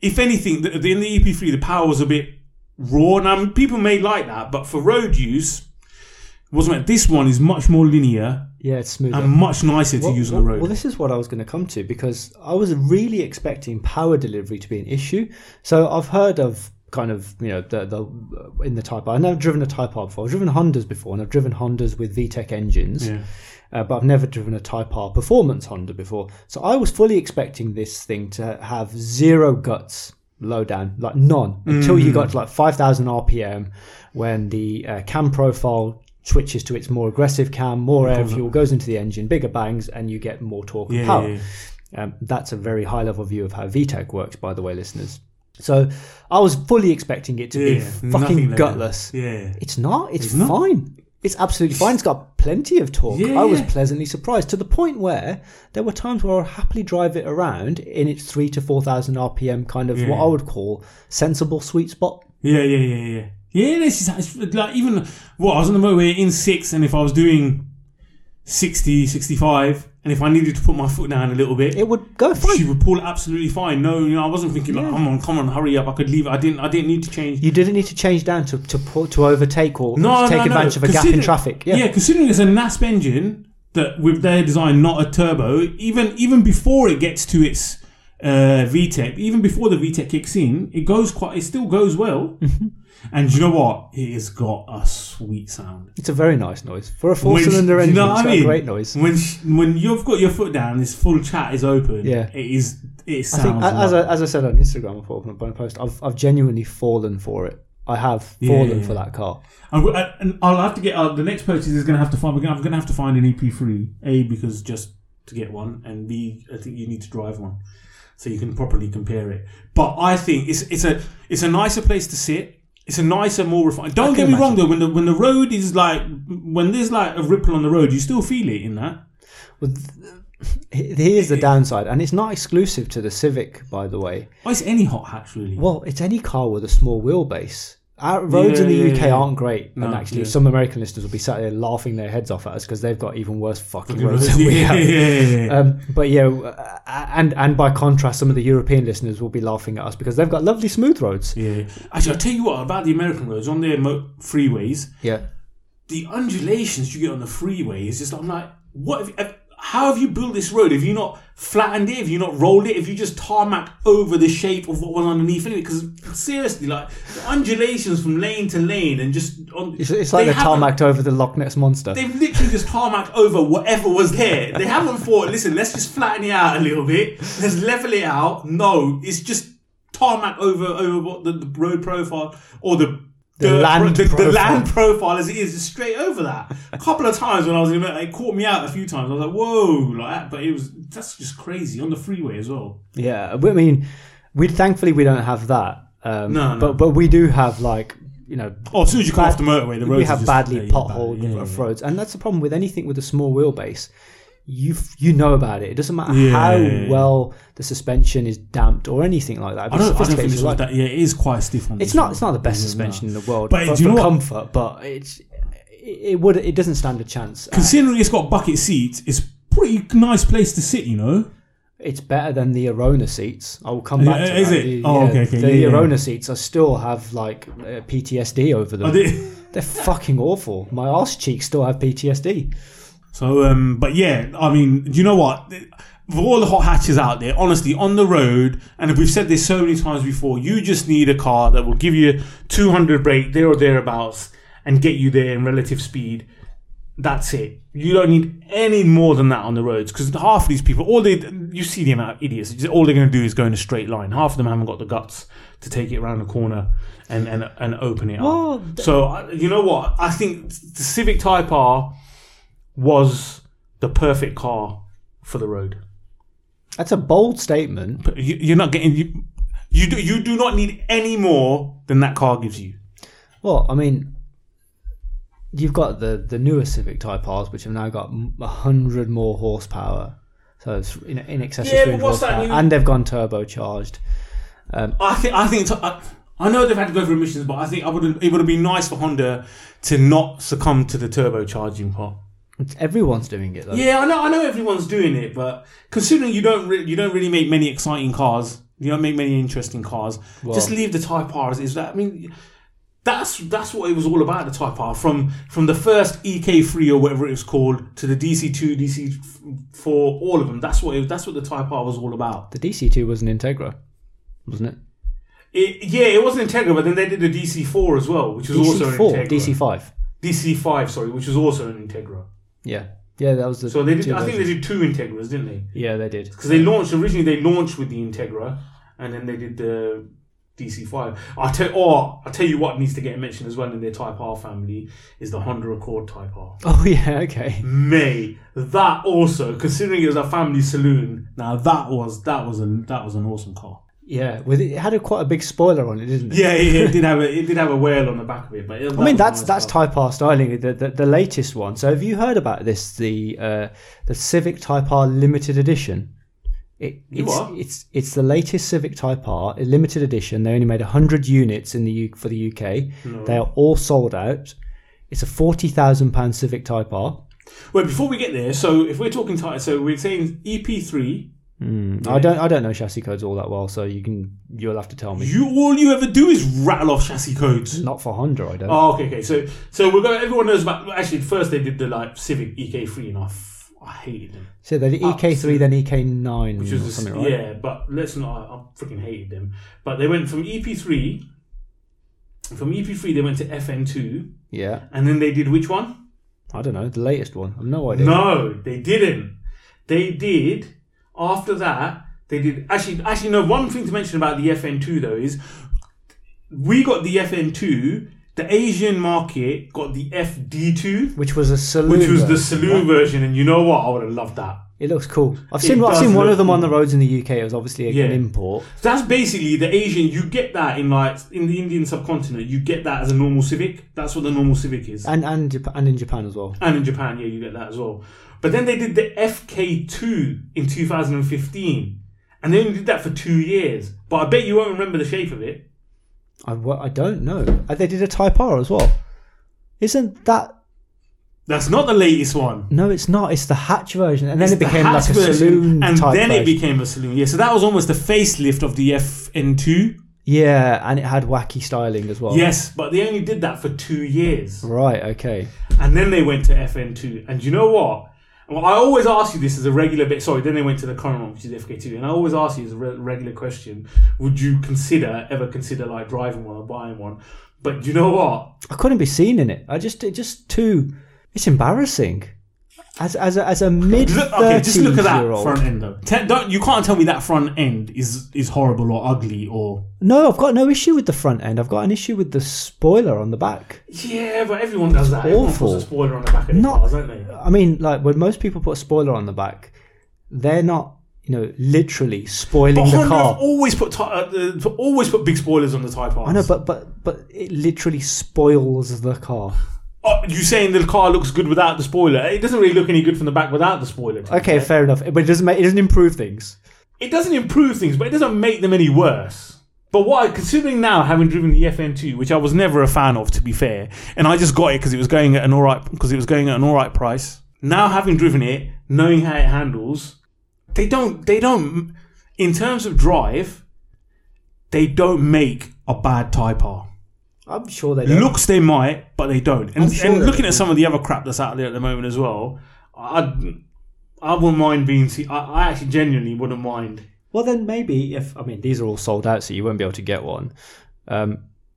[SPEAKER 1] if anything, the, the, in the EP3, the power was a bit raw. Now people may like that, but for road use, wasn't it? This one is much more linear
[SPEAKER 2] Yeah, it's smoother.
[SPEAKER 1] and much nicer to use on the
[SPEAKER 2] well-
[SPEAKER 1] road.
[SPEAKER 2] Well, this is what I was going to come to because I was really expecting power delivery to be an issue. So I've heard of kind of you know the the in the Type R. I know I've driven a Type R before. I've driven Hondas before, and I've driven Hondas with VTEC engines.
[SPEAKER 1] Yeah.
[SPEAKER 2] Uh, but I've never driven a Type R performance Honda before, so I was fully expecting this thing to have zero guts, low down, like none, until you got to
[SPEAKER 1] Mm.
[SPEAKER 2] like 5,000 RPM, when the uh, cam profile switches to its more aggressive cam, more air fuel goes into the engine, bigger bangs, and you get more torque
[SPEAKER 1] Yeah,
[SPEAKER 2] and power.
[SPEAKER 1] yeah,
[SPEAKER 2] Um, that's a very high level view of how VTEC works, by the way, listeners. So I was fully expecting it to
[SPEAKER 1] yeah,
[SPEAKER 2] be
[SPEAKER 1] yeah. Nothing
[SPEAKER 2] fucking
[SPEAKER 1] like that.
[SPEAKER 2] gutless.
[SPEAKER 1] Yeah.
[SPEAKER 2] It's not. It's,
[SPEAKER 1] not.
[SPEAKER 2] fine. It's absolutely fine. It's got plenty of torque.
[SPEAKER 1] Yeah,
[SPEAKER 2] I was
[SPEAKER 1] yeah.
[SPEAKER 2] pleasantly surprised to the point where there were times where I'll happily drive it around in its three to four thousand RPM kind of what I would call sensible sweet spot.
[SPEAKER 1] Yeah, yeah, yeah, yeah. Yeah, this is it's like even what I was on the motorway in six, and if I was doing 60, 65, and if I needed to put my foot down a little bit,
[SPEAKER 2] It would go
[SPEAKER 1] she
[SPEAKER 2] fine.
[SPEAKER 1] would pull absolutely fine. No, you know, I wasn't thinking like, come on, come on, hurry up. I could leave. it. I didn't. I didn't need to change.
[SPEAKER 2] You didn't need to change down to to pull, to overtake or
[SPEAKER 1] No,
[SPEAKER 2] to take
[SPEAKER 1] no, no.
[SPEAKER 2] advantage of a gap in
[SPEAKER 1] Consider-
[SPEAKER 2] traffic. Yeah.
[SPEAKER 1] Yeah. considering it's a NASP engine that with their design, not a turbo. Even even before it gets to its uh, VTEC, even before the VTEC kicks in, it goes quite. It still goes well.
[SPEAKER 2] Mm-hmm.
[SPEAKER 1] and you know what? It has got a sweet sound.
[SPEAKER 2] it's a very nice noise for a four
[SPEAKER 1] When-
[SPEAKER 2] cylinder
[SPEAKER 1] you
[SPEAKER 2] engine.
[SPEAKER 1] know what
[SPEAKER 2] it's
[SPEAKER 1] I
[SPEAKER 2] got a
[SPEAKER 1] mean?
[SPEAKER 2] great noise.
[SPEAKER 1] When sh- when you've got your foot down, this full chat is open.
[SPEAKER 2] Yeah.
[SPEAKER 1] it is. It
[SPEAKER 2] I think,
[SPEAKER 1] sounds.
[SPEAKER 2] a- as
[SPEAKER 1] like-
[SPEAKER 2] I, as I said on Instagram before, on my post, I've I've genuinely fallen for it. I have fallen
[SPEAKER 1] yeah,
[SPEAKER 2] for that car.
[SPEAKER 1] And, we- and- and I'll have to get uh, the next purchase is going to have to find. We're going to have to find an EP three. A because just to get one, and B I think you need to drive one so you can properly compare it. But I think it's it's a it's a nicer place to sit. It's a nicer, more refined. Don't get me wrong though. When the when the road is like when there's like a ripple on the road, you still feel it in that.
[SPEAKER 2] Well, th- here's the downside, and it's not exclusive to the Civic, by the way.
[SPEAKER 1] Oh, it's any hot hatch really.
[SPEAKER 2] Well, it's any car with a small wheelbase. Our roads in the
[SPEAKER 1] Yeah, yeah,
[SPEAKER 2] UK
[SPEAKER 1] yeah.
[SPEAKER 2] aren't great, and
[SPEAKER 1] No,
[SPEAKER 2] actually,
[SPEAKER 1] yeah.
[SPEAKER 2] some American listeners will be sat there laughing their heads off at us because they've got even worse fucking
[SPEAKER 1] yeah,
[SPEAKER 2] roads than we
[SPEAKER 1] yeah,
[SPEAKER 2] have.
[SPEAKER 1] yeah, yeah.
[SPEAKER 2] Um, but yeah, uh, and and by contrast, some of the European listeners will be laughing at us because they've got lovely smooth roads.
[SPEAKER 1] yeah. Actually, I'll tell you what about the American roads on their mo- freeways.
[SPEAKER 2] Yeah,
[SPEAKER 1] the undulations you get on the freeway is just I'm like, what? Have you, have- how have you built this road? Have you not flattened it? Have you not rolled it? Have you just tarmac over the shape of what was underneath it? Because seriously, like the undulations from lane to lane and just on
[SPEAKER 2] it's, it's like
[SPEAKER 1] they
[SPEAKER 2] they are
[SPEAKER 1] haven't-
[SPEAKER 2] tarmacked over the Loch Ness monster.
[SPEAKER 1] They've literally just tarmac over whatever was there. They haven't thought, listen, let's just flatten it out a little bit. Let's level it out. No, it's just tarmac over over what the, the road profile or the
[SPEAKER 2] The land
[SPEAKER 1] the, the
[SPEAKER 2] profile.
[SPEAKER 1] land profile as it is just straight over that. A couple of times when I was in America, it caught me out a few times. I was like, "Whoa!" Like that, but it was that's just crazy on the freeway as well.
[SPEAKER 2] Yeah, I mean, we thankfully we don't have that. Um,
[SPEAKER 1] No, no.
[SPEAKER 2] but but we do have like you know
[SPEAKER 1] Oh, as soon as you come
[SPEAKER 2] Bad-
[SPEAKER 1] off the motorway, the roads
[SPEAKER 2] we
[SPEAKER 1] are
[SPEAKER 2] have
[SPEAKER 1] just-
[SPEAKER 2] badly
[SPEAKER 1] yeah,
[SPEAKER 2] potholed
[SPEAKER 1] bad- yeah,
[SPEAKER 2] rough
[SPEAKER 1] yeah.
[SPEAKER 2] roads, and that's the problem with anything with a small wheelbase. You f- you know about it. It doesn't matter
[SPEAKER 1] Yeah,
[SPEAKER 2] how
[SPEAKER 1] yeah, yeah.
[SPEAKER 2] well the suspension is damped or anything like that.
[SPEAKER 1] I don't, I don't
[SPEAKER 2] Sophisticated
[SPEAKER 1] think
[SPEAKER 2] is
[SPEAKER 1] this was
[SPEAKER 2] like-
[SPEAKER 1] that. Yeah, it is quite stiff on.
[SPEAKER 2] it's
[SPEAKER 1] this
[SPEAKER 2] not
[SPEAKER 1] one.
[SPEAKER 2] it's not the best
[SPEAKER 1] Yeah,
[SPEAKER 2] suspension
[SPEAKER 1] no.
[SPEAKER 2] in the world
[SPEAKER 1] But
[SPEAKER 2] for,
[SPEAKER 1] do you
[SPEAKER 2] for
[SPEAKER 1] know what?
[SPEAKER 2] comfort, but it's it would it doesn't stand a chance. Uh,
[SPEAKER 1] Considering it's got bucket seats, it's pretty nice place to sit. You know.
[SPEAKER 2] it's better than the Arona seats. I will come back to
[SPEAKER 1] Is
[SPEAKER 2] that.
[SPEAKER 1] it?
[SPEAKER 2] The-
[SPEAKER 1] Oh, okay, okay,
[SPEAKER 2] The
[SPEAKER 1] yeah, yeah.
[SPEAKER 2] Arona seats, I still have like uh, PTSD over them.
[SPEAKER 1] I did-
[SPEAKER 2] They're fucking awful. My arse cheeks still have PTSD.
[SPEAKER 1] So, um, but yeah, I mean, do you know what? Of all the hot hatches out there, honestly, on the road, and we've said this so many times before, you just need a car that will give you 200 brake there or thereabouts and get you there in relative speed. That's it. You don't need any more than that on the roads because half of these people, all they, you see the amount of idiots, all they're going to do is go in a straight line. Half of them haven't got the guts to take it around the corner and, and, and open it
[SPEAKER 2] Well,
[SPEAKER 1] up. So, I- you know what? I think the Civic Type R was the perfect car for the road.
[SPEAKER 2] That's a bold statement.
[SPEAKER 1] But you, you're not getting you. You do, you do not need any more than that car gives you.
[SPEAKER 2] Well, I mean, you've got the the newer Civic Type R's, which have now got a hundred more horsepower. So it's in, in excess
[SPEAKER 1] Yeah, but
[SPEAKER 2] of 300
[SPEAKER 1] what's that
[SPEAKER 2] horsepower,
[SPEAKER 1] new-
[SPEAKER 2] and they've gone turbocharged.
[SPEAKER 1] I think I think I, I know they've had to go for emissions, but I think I would it would have been nice for Honda to not succumb to the turbocharging part.
[SPEAKER 2] It's- Everyone's doing it though.
[SPEAKER 1] Yeah, I know I know everyone's doing it, but considering you don't re- you don't really make many exciting cars, you don't make many interesting cars. just leave the Type R as is. That I mean, that's that's what it was all about. The Type R from from the first EK3 or whatever it was called to the DC2, DC4, all of them. That's what it, that's what the Type R was all about.
[SPEAKER 2] The DC2 was an Integra, wasn't it?
[SPEAKER 1] It, yeah, it wasn't Integra, but then they did the DC4 as well, which was also an Integra.
[SPEAKER 2] DC4, DC5.
[SPEAKER 1] DC5, sorry, which was also an Integra.
[SPEAKER 2] Yeah, yeah, that was the.
[SPEAKER 1] So they did.
[SPEAKER 2] two
[SPEAKER 1] I think they
[SPEAKER 2] versions.
[SPEAKER 1] did two Integras, didn't they?
[SPEAKER 2] Yeah, they did.
[SPEAKER 1] because they launched originally they launched with the Integra and then they did the DC5. I tell or I tell you what needs to get mentioned as well in their Type R family is the Honda Accord Type R.
[SPEAKER 2] Oh yeah, okay.
[SPEAKER 1] May that also considering it was a family saloon. Now that was that was a that was an awesome car.
[SPEAKER 2] Yeah, with it, it had a quite a big spoiler on it, didn't it?
[SPEAKER 1] Yeah, it, it did have a it did have a whale on the back of it, but it,
[SPEAKER 2] I
[SPEAKER 1] that
[SPEAKER 2] mean that's
[SPEAKER 1] was a nice
[SPEAKER 2] that's
[SPEAKER 1] car.
[SPEAKER 2] Type R styling, the, the the latest one. So have you heard about this? The uh, the Civic Type R limited edition. It,
[SPEAKER 1] You
[SPEAKER 2] it's,
[SPEAKER 1] what?
[SPEAKER 2] it's it's the latest Civic Type R a limited edition. They only made hundred units in the U, for the UK. They are all sold out. It's a forty thousand pound Civic Type R.
[SPEAKER 1] Wait, before we get there, so if we're talking type, so we're saying E EP3. Hmm.
[SPEAKER 2] I don't I don't know chassis codes all that well, so you can you'll have to tell me.
[SPEAKER 1] You all you ever do is rattle off chassis codes.
[SPEAKER 2] Not for Honda, I don't.
[SPEAKER 1] Oh, okay, okay. So, so we'll go. Everyone knows about. Actually, first they did the like Civic EK3, and I, f- I hated them.
[SPEAKER 2] so they did EK3, then EK9,
[SPEAKER 1] Which
[SPEAKER 2] or
[SPEAKER 1] was a s-
[SPEAKER 2] something, right?
[SPEAKER 1] yeah, but let's not. I, I freaking hated them. But they went from EP3. From EP3, they went to FN2,
[SPEAKER 2] Yeah.
[SPEAKER 1] and then they did which one?
[SPEAKER 2] I don't know the latest one. I've no idea.
[SPEAKER 1] No, they didn't. They did. After that, they did. Actually, actually, no. One thing to mention about the FN2 though is we got the FN2. The Asian market got the FD2.
[SPEAKER 2] Which was a saloon.
[SPEAKER 1] which was the
[SPEAKER 2] version,
[SPEAKER 1] saloon
[SPEAKER 2] right?
[SPEAKER 1] version, and you know what? I would have loved that.
[SPEAKER 2] It looks cool. I've
[SPEAKER 1] It
[SPEAKER 2] seen I've
[SPEAKER 1] does
[SPEAKER 2] seen one
[SPEAKER 1] look
[SPEAKER 2] of them on
[SPEAKER 1] cool.
[SPEAKER 2] the roads in the UK. It was obviously a, an
[SPEAKER 1] Yeah.
[SPEAKER 2] import.
[SPEAKER 1] That's basically the Asian. You get that in like in the Indian subcontinent. You get that as a normal Civic. That's what the normal Civic is,
[SPEAKER 2] And and Jap- and in Japan as well.
[SPEAKER 1] and in Japan, yeah, you get that as well. But then they did the FK2 in 2015, and they only did that for two years. But I bet you won't remember the shape of it.
[SPEAKER 2] I, wa- I don't know. Uh, They did a Type R as well. Isn't that
[SPEAKER 1] That's not the latest one.
[SPEAKER 2] no? It's not. It's the hatch version, and then it
[SPEAKER 1] The
[SPEAKER 2] became like
[SPEAKER 1] hatch
[SPEAKER 2] a
[SPEAKER 1] version,
[SPEAKER 2] saloon
[SPEAKER 1] and
[SPEAKER 2] type
[SPEAKER 1] then
[SPEAKER 2] version.
[SPEAKER 1] it became a saloon. Yeah, so that was almost the facelift of the FN2.
[SPEAKER 2] yeah, and it had wacky styling as well.
[SPEAKER 1] Yes, but they only did that for two years.
[SPEAKER 2] Right. Okay.
[SPEAKER 1] And then they went to FN2. And you know what? Well, I always ask you this as a regular bit. Sorry, then they went to the current one, which is FK2. And I always ask you as a re- regular question would you consider, ever consider like driving one or buying one? But you know what?
[SPEAKER 2] I couldn't be seen in it. I just it just too. It's embarrassing. As as a, as a mid
[SPEAKER 1] Look, okay, just
[SPEAKER 2] thirties
[SPEAKER 1] look at that
[SPEAKER 2] year old.
[SPEAKER 1] front end though. Te- don't you can't tell me that front end is is horrible or ugly or
[SPEAKER 2] No, I've got no issue with the front end. I've got an issue with the spoiler on the back.
[SPEAKER 1] yeah, but everyone does that. Everyone
[SPEAKER 2] awful.
[SPEAKER 1] puts a spoiler on the back of their
[SPEAKER 2] Not-
[SPEAKER 1] cars, don't they?
[SPEAKER 2] I mean, like when most people put a spoiler on the back, they're not you know literally spoiling
[SPEAKER 1] But
[SPEAKER 2] the
[SPEAKER 1] Honda
[SPEAKER 2] car.
[SPEAKER 1] always put ti- uh, uh, always put big spoilers on the Type R's.
[SPEAKER 2] I know, but but but it literally spoils the car.
[SPEAKER 1] oh, you saying the car looks good without the spoiler? It doesn't really look any good from the back without the spoiler. to be
[SPEAKER 2] Okay,
[SPEAKER 1] fair.
[SPEAKER 2] fair enough. But it doesn't make, it doesn't improve things.
[SPEAKER 1] it doesn't improve things, but it doesn't make them any worse. But what I, considering now, having driven the FN2, which I was never a fan of, to be fair, and I just got it because it was going at an all right because it was going at an all right price. Now having driven it, knowing how it handles, they don't they don't in terms of drive, they don't make a bad Type R.
[SPEAKER 2] I'm sure they don't.
[SPEAKER 1] Looks they might, but they don't. And,
[SPEAKER 2] sure
[SPEAKER 1] and
[SPEAKER 2] they
[SPEAKER 1] looking at some of the other crap that's out there at the moment as well, I I wouldn't mind being. See, I, I actually genuinely wouldn't mind.
[SPEAKER 2] Well, then maybe if I mean these are all sold out, so you won't be able to get one. Um,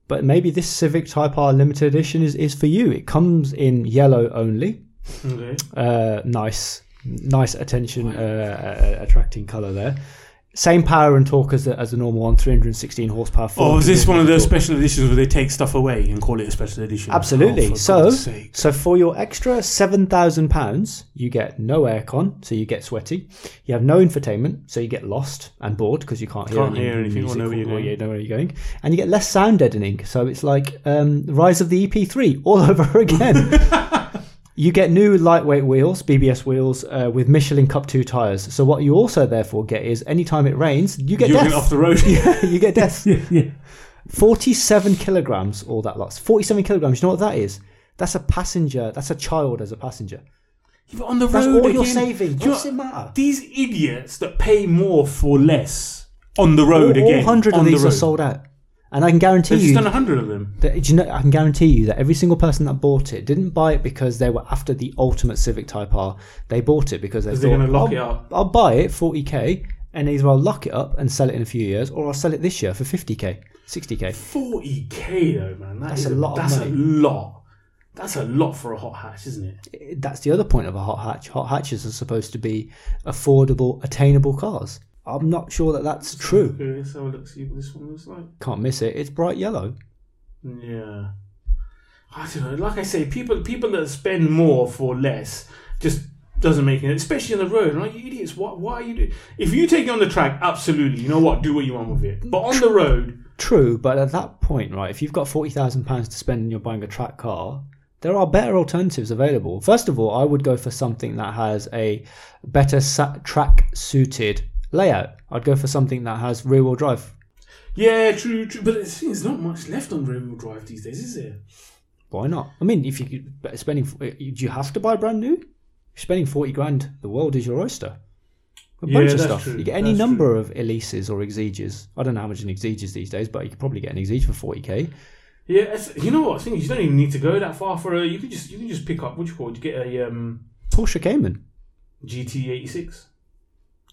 [SPEAKER 2] but maybe this Civic Type R limited edition is, is for you. It comes in yellow only.
[SPEAKER 1] Okay.
[SPEAKER 2] Uh, nice, nice attention uh, uh, attracting color there. Same power and torque as the, as the normal one, 316 horsepower.
[SPEAKER 1] Or Oh, is this
[SPEAKER 2] 400
[SPEAKER 1] one of those
[SPEAKER 2] torque.
[SPEAKER 1] special editions where they take stuff away and call it a special edition?
[SPEAKER 2] Absolutely.
[SPEAKER 1] Oh, for
[SPEAKER 2] so,
[SPEAKER 1] God's sake.
[SPEAKER 2] so for your extra seven thousand pounds, you get no aircon, so you get sweaty. You have no infotainment, so you get lost and bored because you can't hear,
[SPEAKER 1] Can't
[SPEAKER 2] any
[SPEAKER 1] hear anything or
[SPEAKER 2] music
[SPEAKER 1] know where you're going.
[SPEAKER 2] you know where you're going. And you get less sound deadening, so it's like um, Rise of the EP3 all over again. You get new lightweight wheels, BBS wheels, uh, with Michelin Cup 2 tyres. So, what you also therefore get is anytime it rains, you get
[SPEAKER 1] you're going
[SPEAKER 2] death.
[SPEAKER 1] off the road.
[SPEAKER 2] you get death.
[SPEAKER 1] yeah.
[SPEAKER 2] 47 kilograms, all that lots. 47 kilograms, you know what that is? That's a passenger, that's a child as a passenger.
[SPEAKER 1] But on the
[SPEAKER 2] That's
[SPEAKER 1] road,
[SPEAKER 2] all you're
[SPEAKER 1] again,
[SPEAKER 2] saving. What
[SPEAKER 1] do you
[SPEAKER 2] does
[SPEAKER 1] know-
[SPEAKER 2] it matter?
[SPEAKER 1] These idiots that pay more for less on the road
[SPEAKER 2] all,
[SPEAKER 1] again.
[SPEAKER 2] 100
[SPEAKER 1] on
[SPEAKER 2] of these
[SPEAKER 1] the
[SPEAKER 2] are
[SPEAKER 1] road.
[SPEAKER 2] sold out. And I can guarantee
[SPEAKER 1] They've just
[SPEAKER 2] you,
[SPEAKER 1] done hundred of them.
[SPEAKER 2] that, do you know, I can guarantee you that every single person that bought it didn't buy it because they were after the ultimate Civic Type R. They bought it because they thought,
[SPEAKER 1] they're gonna lock
[SPEAKER 2] I'll,
[SPEAKER 1] it up."
[SPEAKER 2] I'll buy it 40k and either I'll lock it up and sell it in a few years or I'll sell it this year for 50k, 60k.
[SPEAKER 1] Forty k though, man. That
[SPEAKER 2] That's
[SPEAKER 1] is
[SPEAKER 2] a lot of
[SPEAKER 1] That's
[SPEAKER 2] money.
[SPEAKER 1] a lot. That's a lot for a hot hatch, isn't it?
[SPEAKER 2] that's the other point of a hot hatch. Hot hatches are supposed to be affordable, attainable cars. I'm not sure that that's true.
[SPEAKER 1] Okay, let's have a look. See what this one looks like.
[SPEAKER 2] Can't miss it. It's bright yellow.
[SPEAKER 1] Yeah. I don't know. Like I say, people people that spend more for less just doesn't make it, especially on the road. Like you idiots, what why are you doing? If you take it on the track, absolutely, you know what, do what you want with it. But on the road,
[SPEAKER 2] True, but at that point, right, if you've got forty thousand pounds to spend and you're buying a track car, there are better alternatives available. First of all, I would go for something that has a better sa- track suited layout. I'd go for something that has rear wheel drive.
[SPEAKER 1] yeah, true, true. But it's, there's not much left on rear wheel drive these days, is there?
[SPEAKER 2] Why not? I mean, if you could- but spending, eh, do you have to buy brand new? If you're spending forty grand, the world is your oyster. A
[SPEAKER 1] Yeah,
[SPEAKER 2] bunch of
[SPEAKER 1] that's
[SPEAKER 2] stuff.
[SPEAKER 1] true.
[SPEAKER 2] You get any
[SPEAKER 1] That's
[SPEAKER 2] number of Elises or Exiges. I don't know how much an Exige is these days, but you could probably get an Exige for forty k.
[SPEAKER 1] Yeah, it's, you know what? I think you don't even need to go that far for a. You can just you can just pick up what do you call it? You get a um,
[SPEAKER 2] Porsche Cayman
[SPEAKER 1] GT eighty six.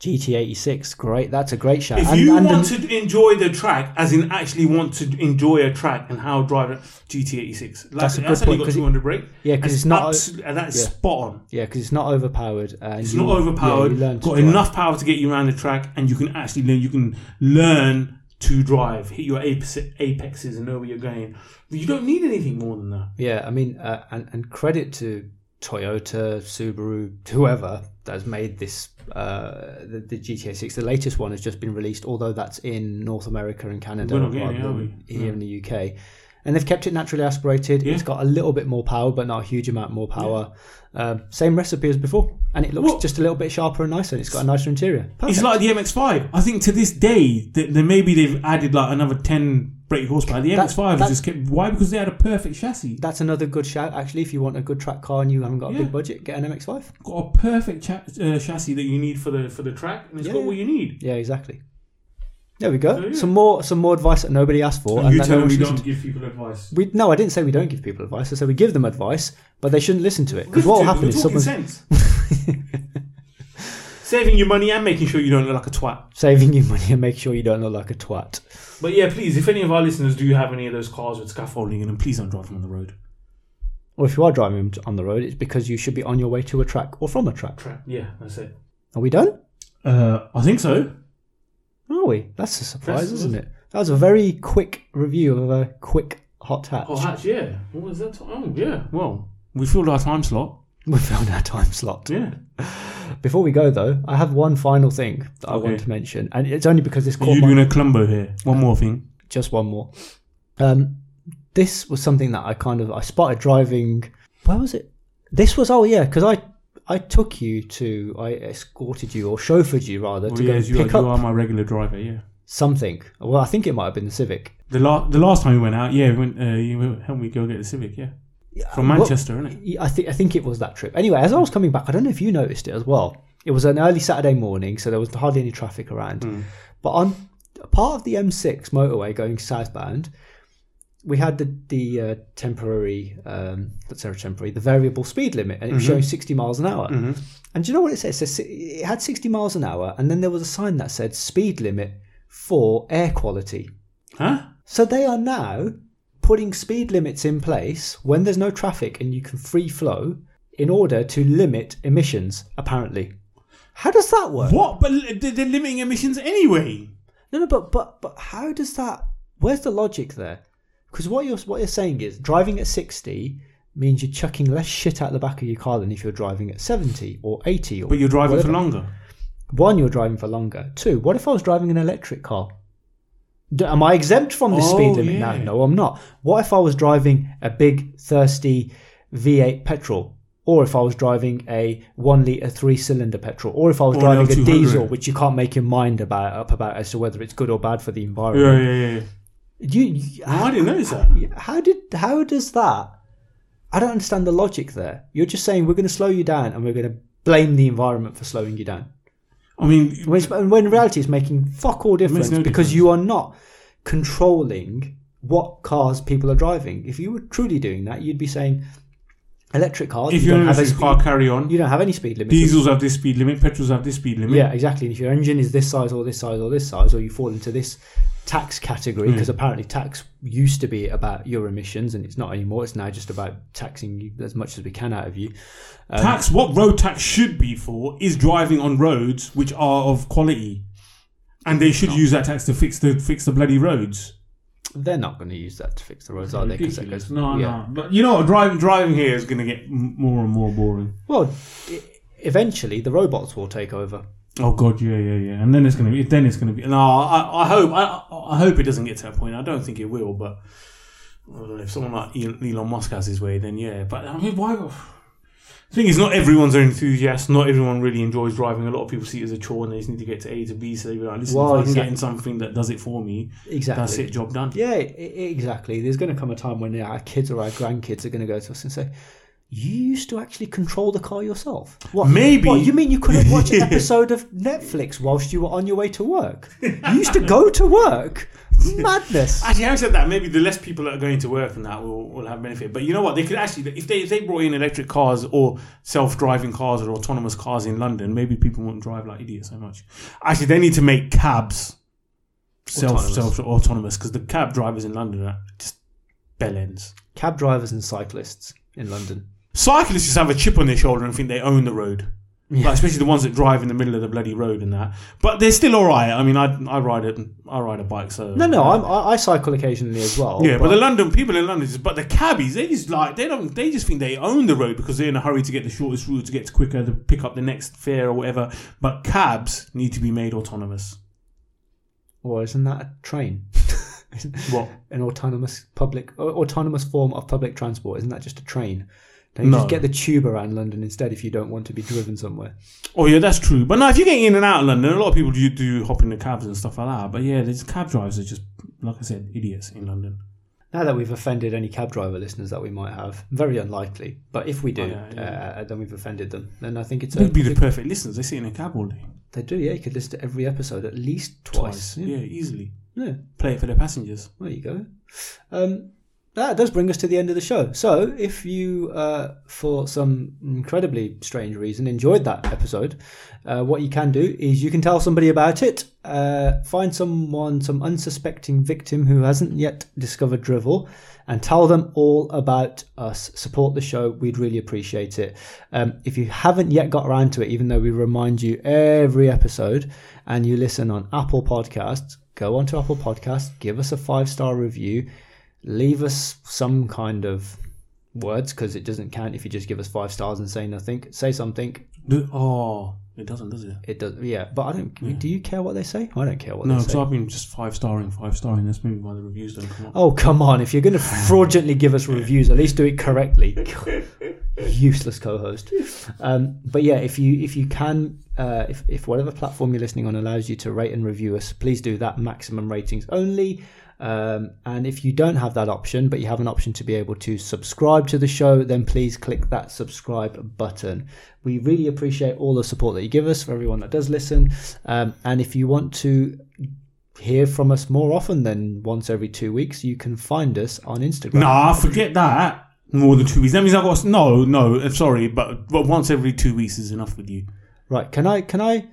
[SPEAKER 2] GT eighty six, great. That's a great shout.
[SPEAKER 1] If you
[SPEAKER 2] an-
[SPEAKER 1] want to enjoy the track, as in actually want to enjoy a track and how drive it, GT86. Like,
[SPEAKER 2] That's
[SPEAKER 1] that's
[SPEAKER 2] a good
[SPEAKER 1] only
[SPEAKER 2] point,
[SPEAKER 1] got
[SPEAKER 2] 'cause it-
[SPEAKER 1] 200 brake.
[SPEAKER 2] yeah,
[SPEAKER 1] And
[SPEAKER 2] because it's not
[SPEAKER 1] abso- and that's
[SPEAKER 2] yeah.
[SPEAKER 1] spot on.
[SPEAKER 2] yeah, because it's not overpowered. uh, And
[SPEAKER 1] It's
[SPEAKER 2] you-
[SPEAKER 1] not overpowered.
[SPEAKER 2] Yeah, you learn to
[SPEAKER 1] got
[SPEAKER 2] drive.
[SPEAKER 1] enough power to get you around the track, and you can actually learn. You can learn to drive, hit your apex- apexes, and know where you're going. But you don't need anything more than that.
[SPEAKER 2] Yeah, I mean, uh, and and credit to Toyota, Subaru, whoever that's made this uh, the, the GTA Six. The latest one has just been released, although that's in North America and Canada,
[SPEAKER 1] We're not getting it,
[SPEAKER 2] rather
[SPEAKER 1] are
[SPEAKER 2] than
[SPEAKER 1] we?
[SPEAKER 2] here in the UK. And they've kept it naturally aspirated.
[SPEAKER 1] Yeah.
[SPEAKER 2] It's got a little bit more power, but not a huge amount more power. Um, same recipe as before, and it looks
[SPEAKER 1] Well-
[SPEAKER 2] just a little bit sharper and nicer. And it's got a nicer interior.
[SPEAKER 1] It's
[SPEAKER 2] Perfect.
[SPEAKER 1] like the MX-5. I think to this day, that that maybe they've added like another 10 brake horsepower. The
[SPEAKER 2] That-
[SPEAKER 1] MX-5
[SPEAKER 2] that-
[SPEAKER 1] has just kept. Why? Because they had a perfect chassis.
[SPEAKER 2] that's another good shout, actually. If you want a good track car and you haven't got a
[SPEAKER 1] Yeah.
[SPEAKER 2] big budget, get an MX-5.
[SPEAKER 1] got a perfect cha- uh, chassis that you need for the for the track, and it's
[SPEAKER 2] Yeah.
[SPEAKER 1] got what you need.
[SPEAKER 2] Yeah, exactly. There we go.
[SPEAKER 1] So, Oh, yeah.
[SPEAKER 2] Some more, some more advice that nobody asked for.
[SPEAKER 1] you
[SPEAKER 2] that no
[SPEAKER 1] tell
[SPEAKER 2] one
[SPEAKER 1] me
[SPEAKER 2] should
[SPEAKER 1] don't
[SPEAKER 2] listen
[SPEAKER 1] give people advice.
[SPEAKER 2] to. We, no, I didn't say we don't give people advice. I said we give them advice, but they shouldn't listen to it because what will happen
[SPEAKER 1] We're
[SPEAKER 2] is
[SPEAKER 1] talking
[SPEAKER 2] someone's
[SPEAKER 1] sense. Saving you money and making sure you don't look like a twat.
[SPEAKER 2] saving you money and make sure you don't look like a twat.
[SPEAKER 1] But yeah, please, if any of our listeners do have any of those cars with scaffolding in them, please don't drive them on the road.
[SPEAKER 2] Or if you are driving on the road, it's because you should be on your way to a track or from a track.
[SPEAKER 1] Yeah, that's it.
[SPEAKER 2] Are we done?
[SPEAKER 1] Uh, I think so.
[SPEAKER 2] Are we? That's a surprise,
[SPEAKER 1] That's-
[SPEAKER 2] isn't it? That was a very quick review of a quick hot hatch.
[SPEAKER 1] Oh, hatch, yeah. What was that? Oh, yeah. Well, we filled our time slot.
[SPEAKER 2] We found our time slot.
[SPEAKER 1] Yeah.
[SPEAKER 2] Before we go, though, I have one final thing that I want
[SPEAKER 1] Okay.
[SPEAKER 2] to mention, and it's only because this caught
[SPEAKER 1] You're
[SPEAKER 2] my-
[SPEAKER 1] doing a clumbo here. One more thing.
[SPEAKER 2] just one more. Um, this was something that I kind of I spotted driving. Where was it? This was oh yeah, because I I took you to I escorted you or chauffeured you rather
[SPEAKER 1] Oh,
[SPEAKER 2] to
[SPEAKER 1] yes,
[SPEAKER 2] go
[SPEAKER 1] you are,
[SPEAKER 2] pick
[SPEAKER 1] you
[SPEAKER 2] up
[SPEAKER 1] are my regular driver, yeah.
[SPEAKER 2] something. Well, I think it might have been the Civic.
[SPEAKER 1] The last the last time we went out, yeah, we went. Uh, you helped me go get the Civic, yeah, from
[SPEAKER 2] well-
[SPEAKER 1] Manchester, isn't it?
[SPEAKER 2] Yeah, I think I think it was that trip. Anyway, as I was coming back, I don't know if you noticed it as well. It was an early Saturday morning, so there was hardly any traffic around. But on part of the M6 motorway going southbound, we had the the uh, temporary, um, that's not temporary, the variable speed limit, and it was showing 60 miles an hour. And do you know what it says? It, says si- it had 60 miles an hour, and then there was a sign that said speed limit for air quality.
[SPEAKER 1] Huh?
[SPEAKER 2] So they are now putting speed limits in place when there's no traffic and you can free flow in order to limit emissions, apparently. How does that work?
[SPEAKER 1] What? But li- they- they're limiting emissions anyway.
[SPEAKER 2] No, no, but but but how does that? Where's the logic there? Because what you're what you're saying is driving at sixty means you're chucking less shit out the back of your car than if you're driving at seventy or eighty. Or
[SPEAKER 1] But you're driving
[SPEAKER 2] whatever.
[SPEAKER 1] for longer.
[SPEAKER 2] One, you're driving for longer. Two, what if I was driving an electric car? D- am I exempt from the
[SPEAKER 1] Oh,
[SPEAKER 2] speed limit now?
[SPEAKER 1] yeah.
[SPEAKER 2] No, I'm not. What if I was driving a big thirsty V8 petrol? Or if I was driving a one litre three cylinder petrol, or if I was
[SPEAKER 1] Or an
[SPEAKER 2] driving a
[SPEAKER 1] L200.
[SPEAKER 2] diesel, which you can't make your mind about up about as to whether it's good or bad for the environment.
[SPEAKER 1] Yeah, yeah, yeah.
[SPEAKER 2] You, you-
[SPEAKER 1] No, I didn't notice that.
[SPEAKER 2] how did how does that? I don't understand the logic there. You're just saying we're going to slow you down and we're going to blame the environment for slowing you down.
[SPEAKER 1] I mean,
[SPEAKER 2] When, it's, when in reality, it's making fuck all difference
[SPEAKER 1] no
[SPEAKER 2] because
[SPEAKER 1] difference.
[SPEAKER 2] you are not controlling what cars people are driving. If you were truly doing that, you'd be saying electric cars.
[SPEAKER 1] if
[SPEAKER 2] you
[SPEAKER 1] you're
[SPEAKER 2] don't
[SPEAKER 1] in
[SPEAKER 2] have any
[SPEAKER 1] this
[SPEAKER 2] speed,
[SPEAKER 1] car, carry on.
[SPEAKER 2] you don't have any speed limits.
[SPEAKER 1] Diesels have this speed limit. Petrols have this speed limit.
[SPEAKER 2] Yeah, exactly. And if your engine is this size or this size or this size, or you fall into this tax
[SPEAKER 1] Hmm.
[SPEAKER 2] category, because apparently tax used to be about your emissions and it's not anymore. It's now just about taxing you as much as we can out of you.
[SPEAKER 1] Tax. What road tax should be for is driving on roads which are of quality, and they should use that tax to fix the fix the bloody roads.
[SPEAKER 2] They're not going to use that to fix the roads, are they? 'Cause that
[SPEAKER 1] Ridiculous.
[SPEAKER 2] goes-
[SPEAKER 1] No, no.
[SPEAKER 2] yeah.
[SPEAKER 1] But you know, what, driving driving here is going to get m- more and more boring.
[SPEAKER 2] Well, e- eventually the robots will take over.
[SPEAKER 1] Oh god, yeah, yeah, yeah. And then it's gonna be. Then it's gonna be. No, I, I hope. I, I hope it doesn't get to that point. I don't think it will. But I don't know, if someone like Elon Elon Musk has his way, then yeah. But I mean, why? The thing is, not everyone's an enthusiast. Not everyone really enjoys driving. A lot of people see it as a chore, and they just need to get to A to B. So they're like, listen,
[SPEAKER 2] Well,
[SPEAKER 1] if I can get
[SPEAKER 2] exactly.
[SPEAKER 1] in something that does it for me,
[SPEAKER 2] Exactly.
[SPEAKER 1] that's it, job done.
[SPEAKER 2] Yeah, e- e- exactly. There's going to come a time when our kids or our grandkids are going to go to us and say, "You used to actually control the car yourself." What?
[SPEAKER 1] Maybe.
[SPEAKER 2] What, you mean you couldn't watch an episode of Netflix whilst you were on your way to work? You used to go to work. Madness.
[SPEAKER 1] Actually, having said that, maybe the less people that are going to work and that will, will have benefit. But you know what? They could actually, if they if they brought in electric cars or self driving cars or autonomous cars in London, maybe people wouldn't drive like idiots so much. Actually, they need to make cabs self
[SPEAKER 2] Autonomous.
[SPEAKER 1] self autonomous because the cab drivers in London are just bell ends.
[SPEAKER 2] Cab drivers and cyclists in London.
[SPEAKER 1] Cyclists just have a chip on their shoulder and think they own the road. Like, especially the ones that drive in the middle of the bloody road and that. But they're still all right. I mean, I I ride a I ride a bike, so
[SPEAKER 2] No, no, I'm, I, I cycle occasionally as well.
[SPEAKER 1] Yeah, but, the London people in London, just, but the cabbies, they just like they don't. They just think they own the road because they're in a hurry to get the shortest route to get quicker to pick up the next fare or whatever. But cabs need to be made autonomous.
[SPEAKER 2] Or isn't that a train?
[SPEAKER 1] What?
[SPEAKER 2] an autonomous public au- autonomous form of public transport isn't that just a train don't you
[SPEAKER 1] No.
[SPEAKER 2] just get the tube around london instead if you don't want to be driven somewhere
[SPEAKER 1] Oh yeah, that's true. But no, if you're getting in and out of London, a lot of people do, do hop in the cabs and stuff like that. But yeah, these cab drivers are just like I said, idiots in London.
[SPEAKER 2] now that we've offended any cab driver listeners that we might have very unlikely but if we do
[SPEAKER 1] Oh, yeah, yeah.
[SPEAKER 2] Uh, then we've offended them then i think it's a,
[SPEAKER 1] They'd be the perfect listeners. They sit in a cab all day,
[SPEAKER 2] they do yeah you could listen to every episode at least twice,
[SPEAKER 1] twice, yeah, easily.
[SPEAKER 2] Yeah.
[SPEAKER 1] Play it for their passengers.
[SPEAKER 2] there you go um that does bring us to the end of the show. So, if you, uh, for some incredibly strange reason, enjoyed that episode, uh, what you can do is you can tell somebody about it. Uh, find someone, some unsuspecting victim who hasn't yet discovered Drivel, and tell them all about us. Support the show; we'd really appreciate it. Um, if you haven't yet got around to it, even though we remind you every episode, and you listen on Apple Podcasts, go onto Apple Podcasts, give us a five star review leave us some kind of words because it doesn't count if you just give us five stars and say nothing. Say something.
[SPEAKER 1] Do, oh, it doesn't, does it?
[SPEAKER 2] It does. Yeah, but I don't. Do you care what they say? I don't care what
[SPEAKER 1] No,
[SPEAKER 2] they say.
[SPEAKER 1] because I've been just five starring, five starring. That's maybe why the reviews don't come up.
[SPEAKER 2] Oh come on! If you're going to fraudulently give us reviews, at least do it correctly. Useless co-host. Um, but yeah, if you if you can, uh, if if whatever platform you're listening on allows you to rate and review us, please do that. Maximum ratings only. Um, and if you don't have that option, but you have an option to be able to subscribe to the show, then please click that subscribe button. We really appreciate all the support that you give us for everyone that does listen. Um, and if you want to hear from us more often than once every two weeks, you can find us on Instagram.
[SPEAKER 1] Nah, forget that. More than two weeks. That means I've got. s- No, no, I'm sorry, but, but once every two weeks is enough with you.
[SPEAKER 2] Right? Can I can I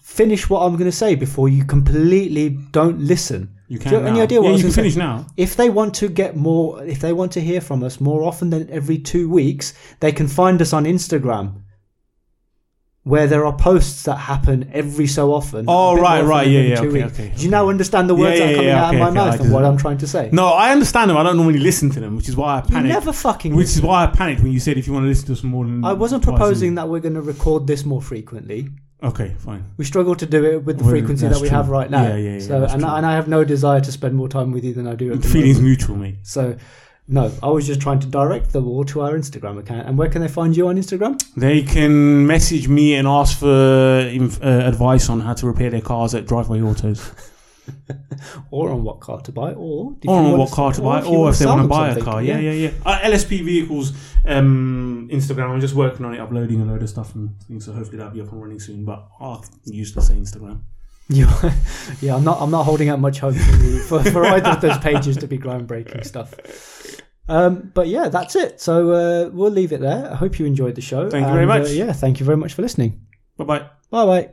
[SPEAKER 2] finish what I'm going to say before you completely don't listen?
[SPEAKER 1] You
[SPEAKER 2] Do
[SPEAKER 1] can.
[SPEAKER 2] you have any
[SPEAKER 1] now.
[SPEAKER 2] idea what
[SPEAKER 1] yeah,
[SPEAKER 2] I was
[SPEAKER 1] you can
[SPEAKER 2] gonna say?
[SPEAKER 1] finish now.
[SPEAKER 2] If they want to get more, if they want to hear from us more often than every two weeks, they can find us on Instagram, where there are posts that happen every so often.
[SPEAKER 1] Oh,
[SPEAKER 2] a bit more
[SPEAKER 1] right,
[SPEAKER 2] often
[SPEAKER 1] right,
[SPEAKER 2] than
[SPEAKER 1] yeah,
[SPEAKER 2] every
[SPEAKER 1] yeah,
[SPEAKER 2] two
[SPEAKER 1] okay,
[SPEAKER 2] weeks.
[SPEAKER 1] okay,
[SPEAKER 2] Do you now understand the
[SPEAKER 1] Yeah,
[SPEAKER 2] words that
[SPEAKER 1] yeah,
[SPEAKER 2] are coming
[SPEAKER 1] yeah,
[SPEAKER 2] out
[SPEAKER 1] okay,
[SPEAKER 2] of my
[SPEAKER 1] okay, I
[SPEAKER 2] mouth
[SPEAKER 1] do.
[SPEAKER 2] and what I'm trying to say?
[SPEAKER 1] No, I understand them. I don't normally listen to them, which is why I
[SPEAKER 2] you
[SPEAKER 1] panicked.
[SPEAKER 2] never fucking.
[SPEAKER 1] which is why I panicked when you said if you want to listen to us more than.
[SPEAKER 2] I wasn't
[SPEAKER 1] twice Mm, a
[SPEAKER 2] proposing
[SPEAKER 1] week.
[SPEAKER 2] that we're going to record this more frequently.
[SPEAKER 1] Okay, fine.
[SPEAKER 2] We struggle to do it with the
[SPEAKER 1] Well,
[SPEAKER 2] frequency
[SPEAKER 1] that's
[SPEAKER 2] that we
[SPEAKER 1] true.
[SPEAKER 2] have right now.
[SPEAKER 1] Yeah, yeah, yeah,
[SPEAKER 2] so,
[SPEAKER 1] that's
[SPEAKER 2] and,
[SPEAKER 1] true.
[SPEAKER 2] and I have no desire to spend more time with you than I do. At the
[SPEAKER 1] Feelings
[SPEAKER 2] moment.
[SPEAKER 1] mutual, mate.
[SPEAKER 2] So, no, I was just trying to direct them all to our Instagram account. And where can they find you on Instagram?
[SPEAKER 1] They can message me and ask for inf- uh, advice on how to repair their cars at Driveway Autos,
[SPEAKER 2] Or on what car to buy? Or, if you
[SPEAKER 1] or on
[SPEAKER 2] wanna-
[SPEAKER 1] what car to buy,
[SPEAKER 2] you
[SPEAKER 1] or
[SPEAKER 2] wanna
[SPEAKER 1] if they
[SPEAKER 2] sell
[SPEAKER 1] want to
[SPEAKER 2] them
[SPEAKER 1] buy a
[SPEAKER 2] something,
[SPEAKER 1] car. Yeah, yeah, yeah. Uh, LSP Vehicles um, Instagram. I'm just working on it, uploading a load of stuff and things. So hopefully that'll be up and running soon. But I'll use the same Instagram.
[SPEAKER 2] You- yeah, I'm not. I'm not holding out much hope for, you, for, for either of those pages to be groundbreaking stuff. Um, but yeah, that's it. So uh, we'll leave it there. I hope you enjoyed the show.
[SPEAKER 1] Thank you very
[SPEAKER 2] and, uh,
[SPEAKER 1] much.
[SPEAKER 2] yeah, thank you very much for listening.
[SPEAKER 1] Bye bye.
[SPEAKER 2] Bye bye.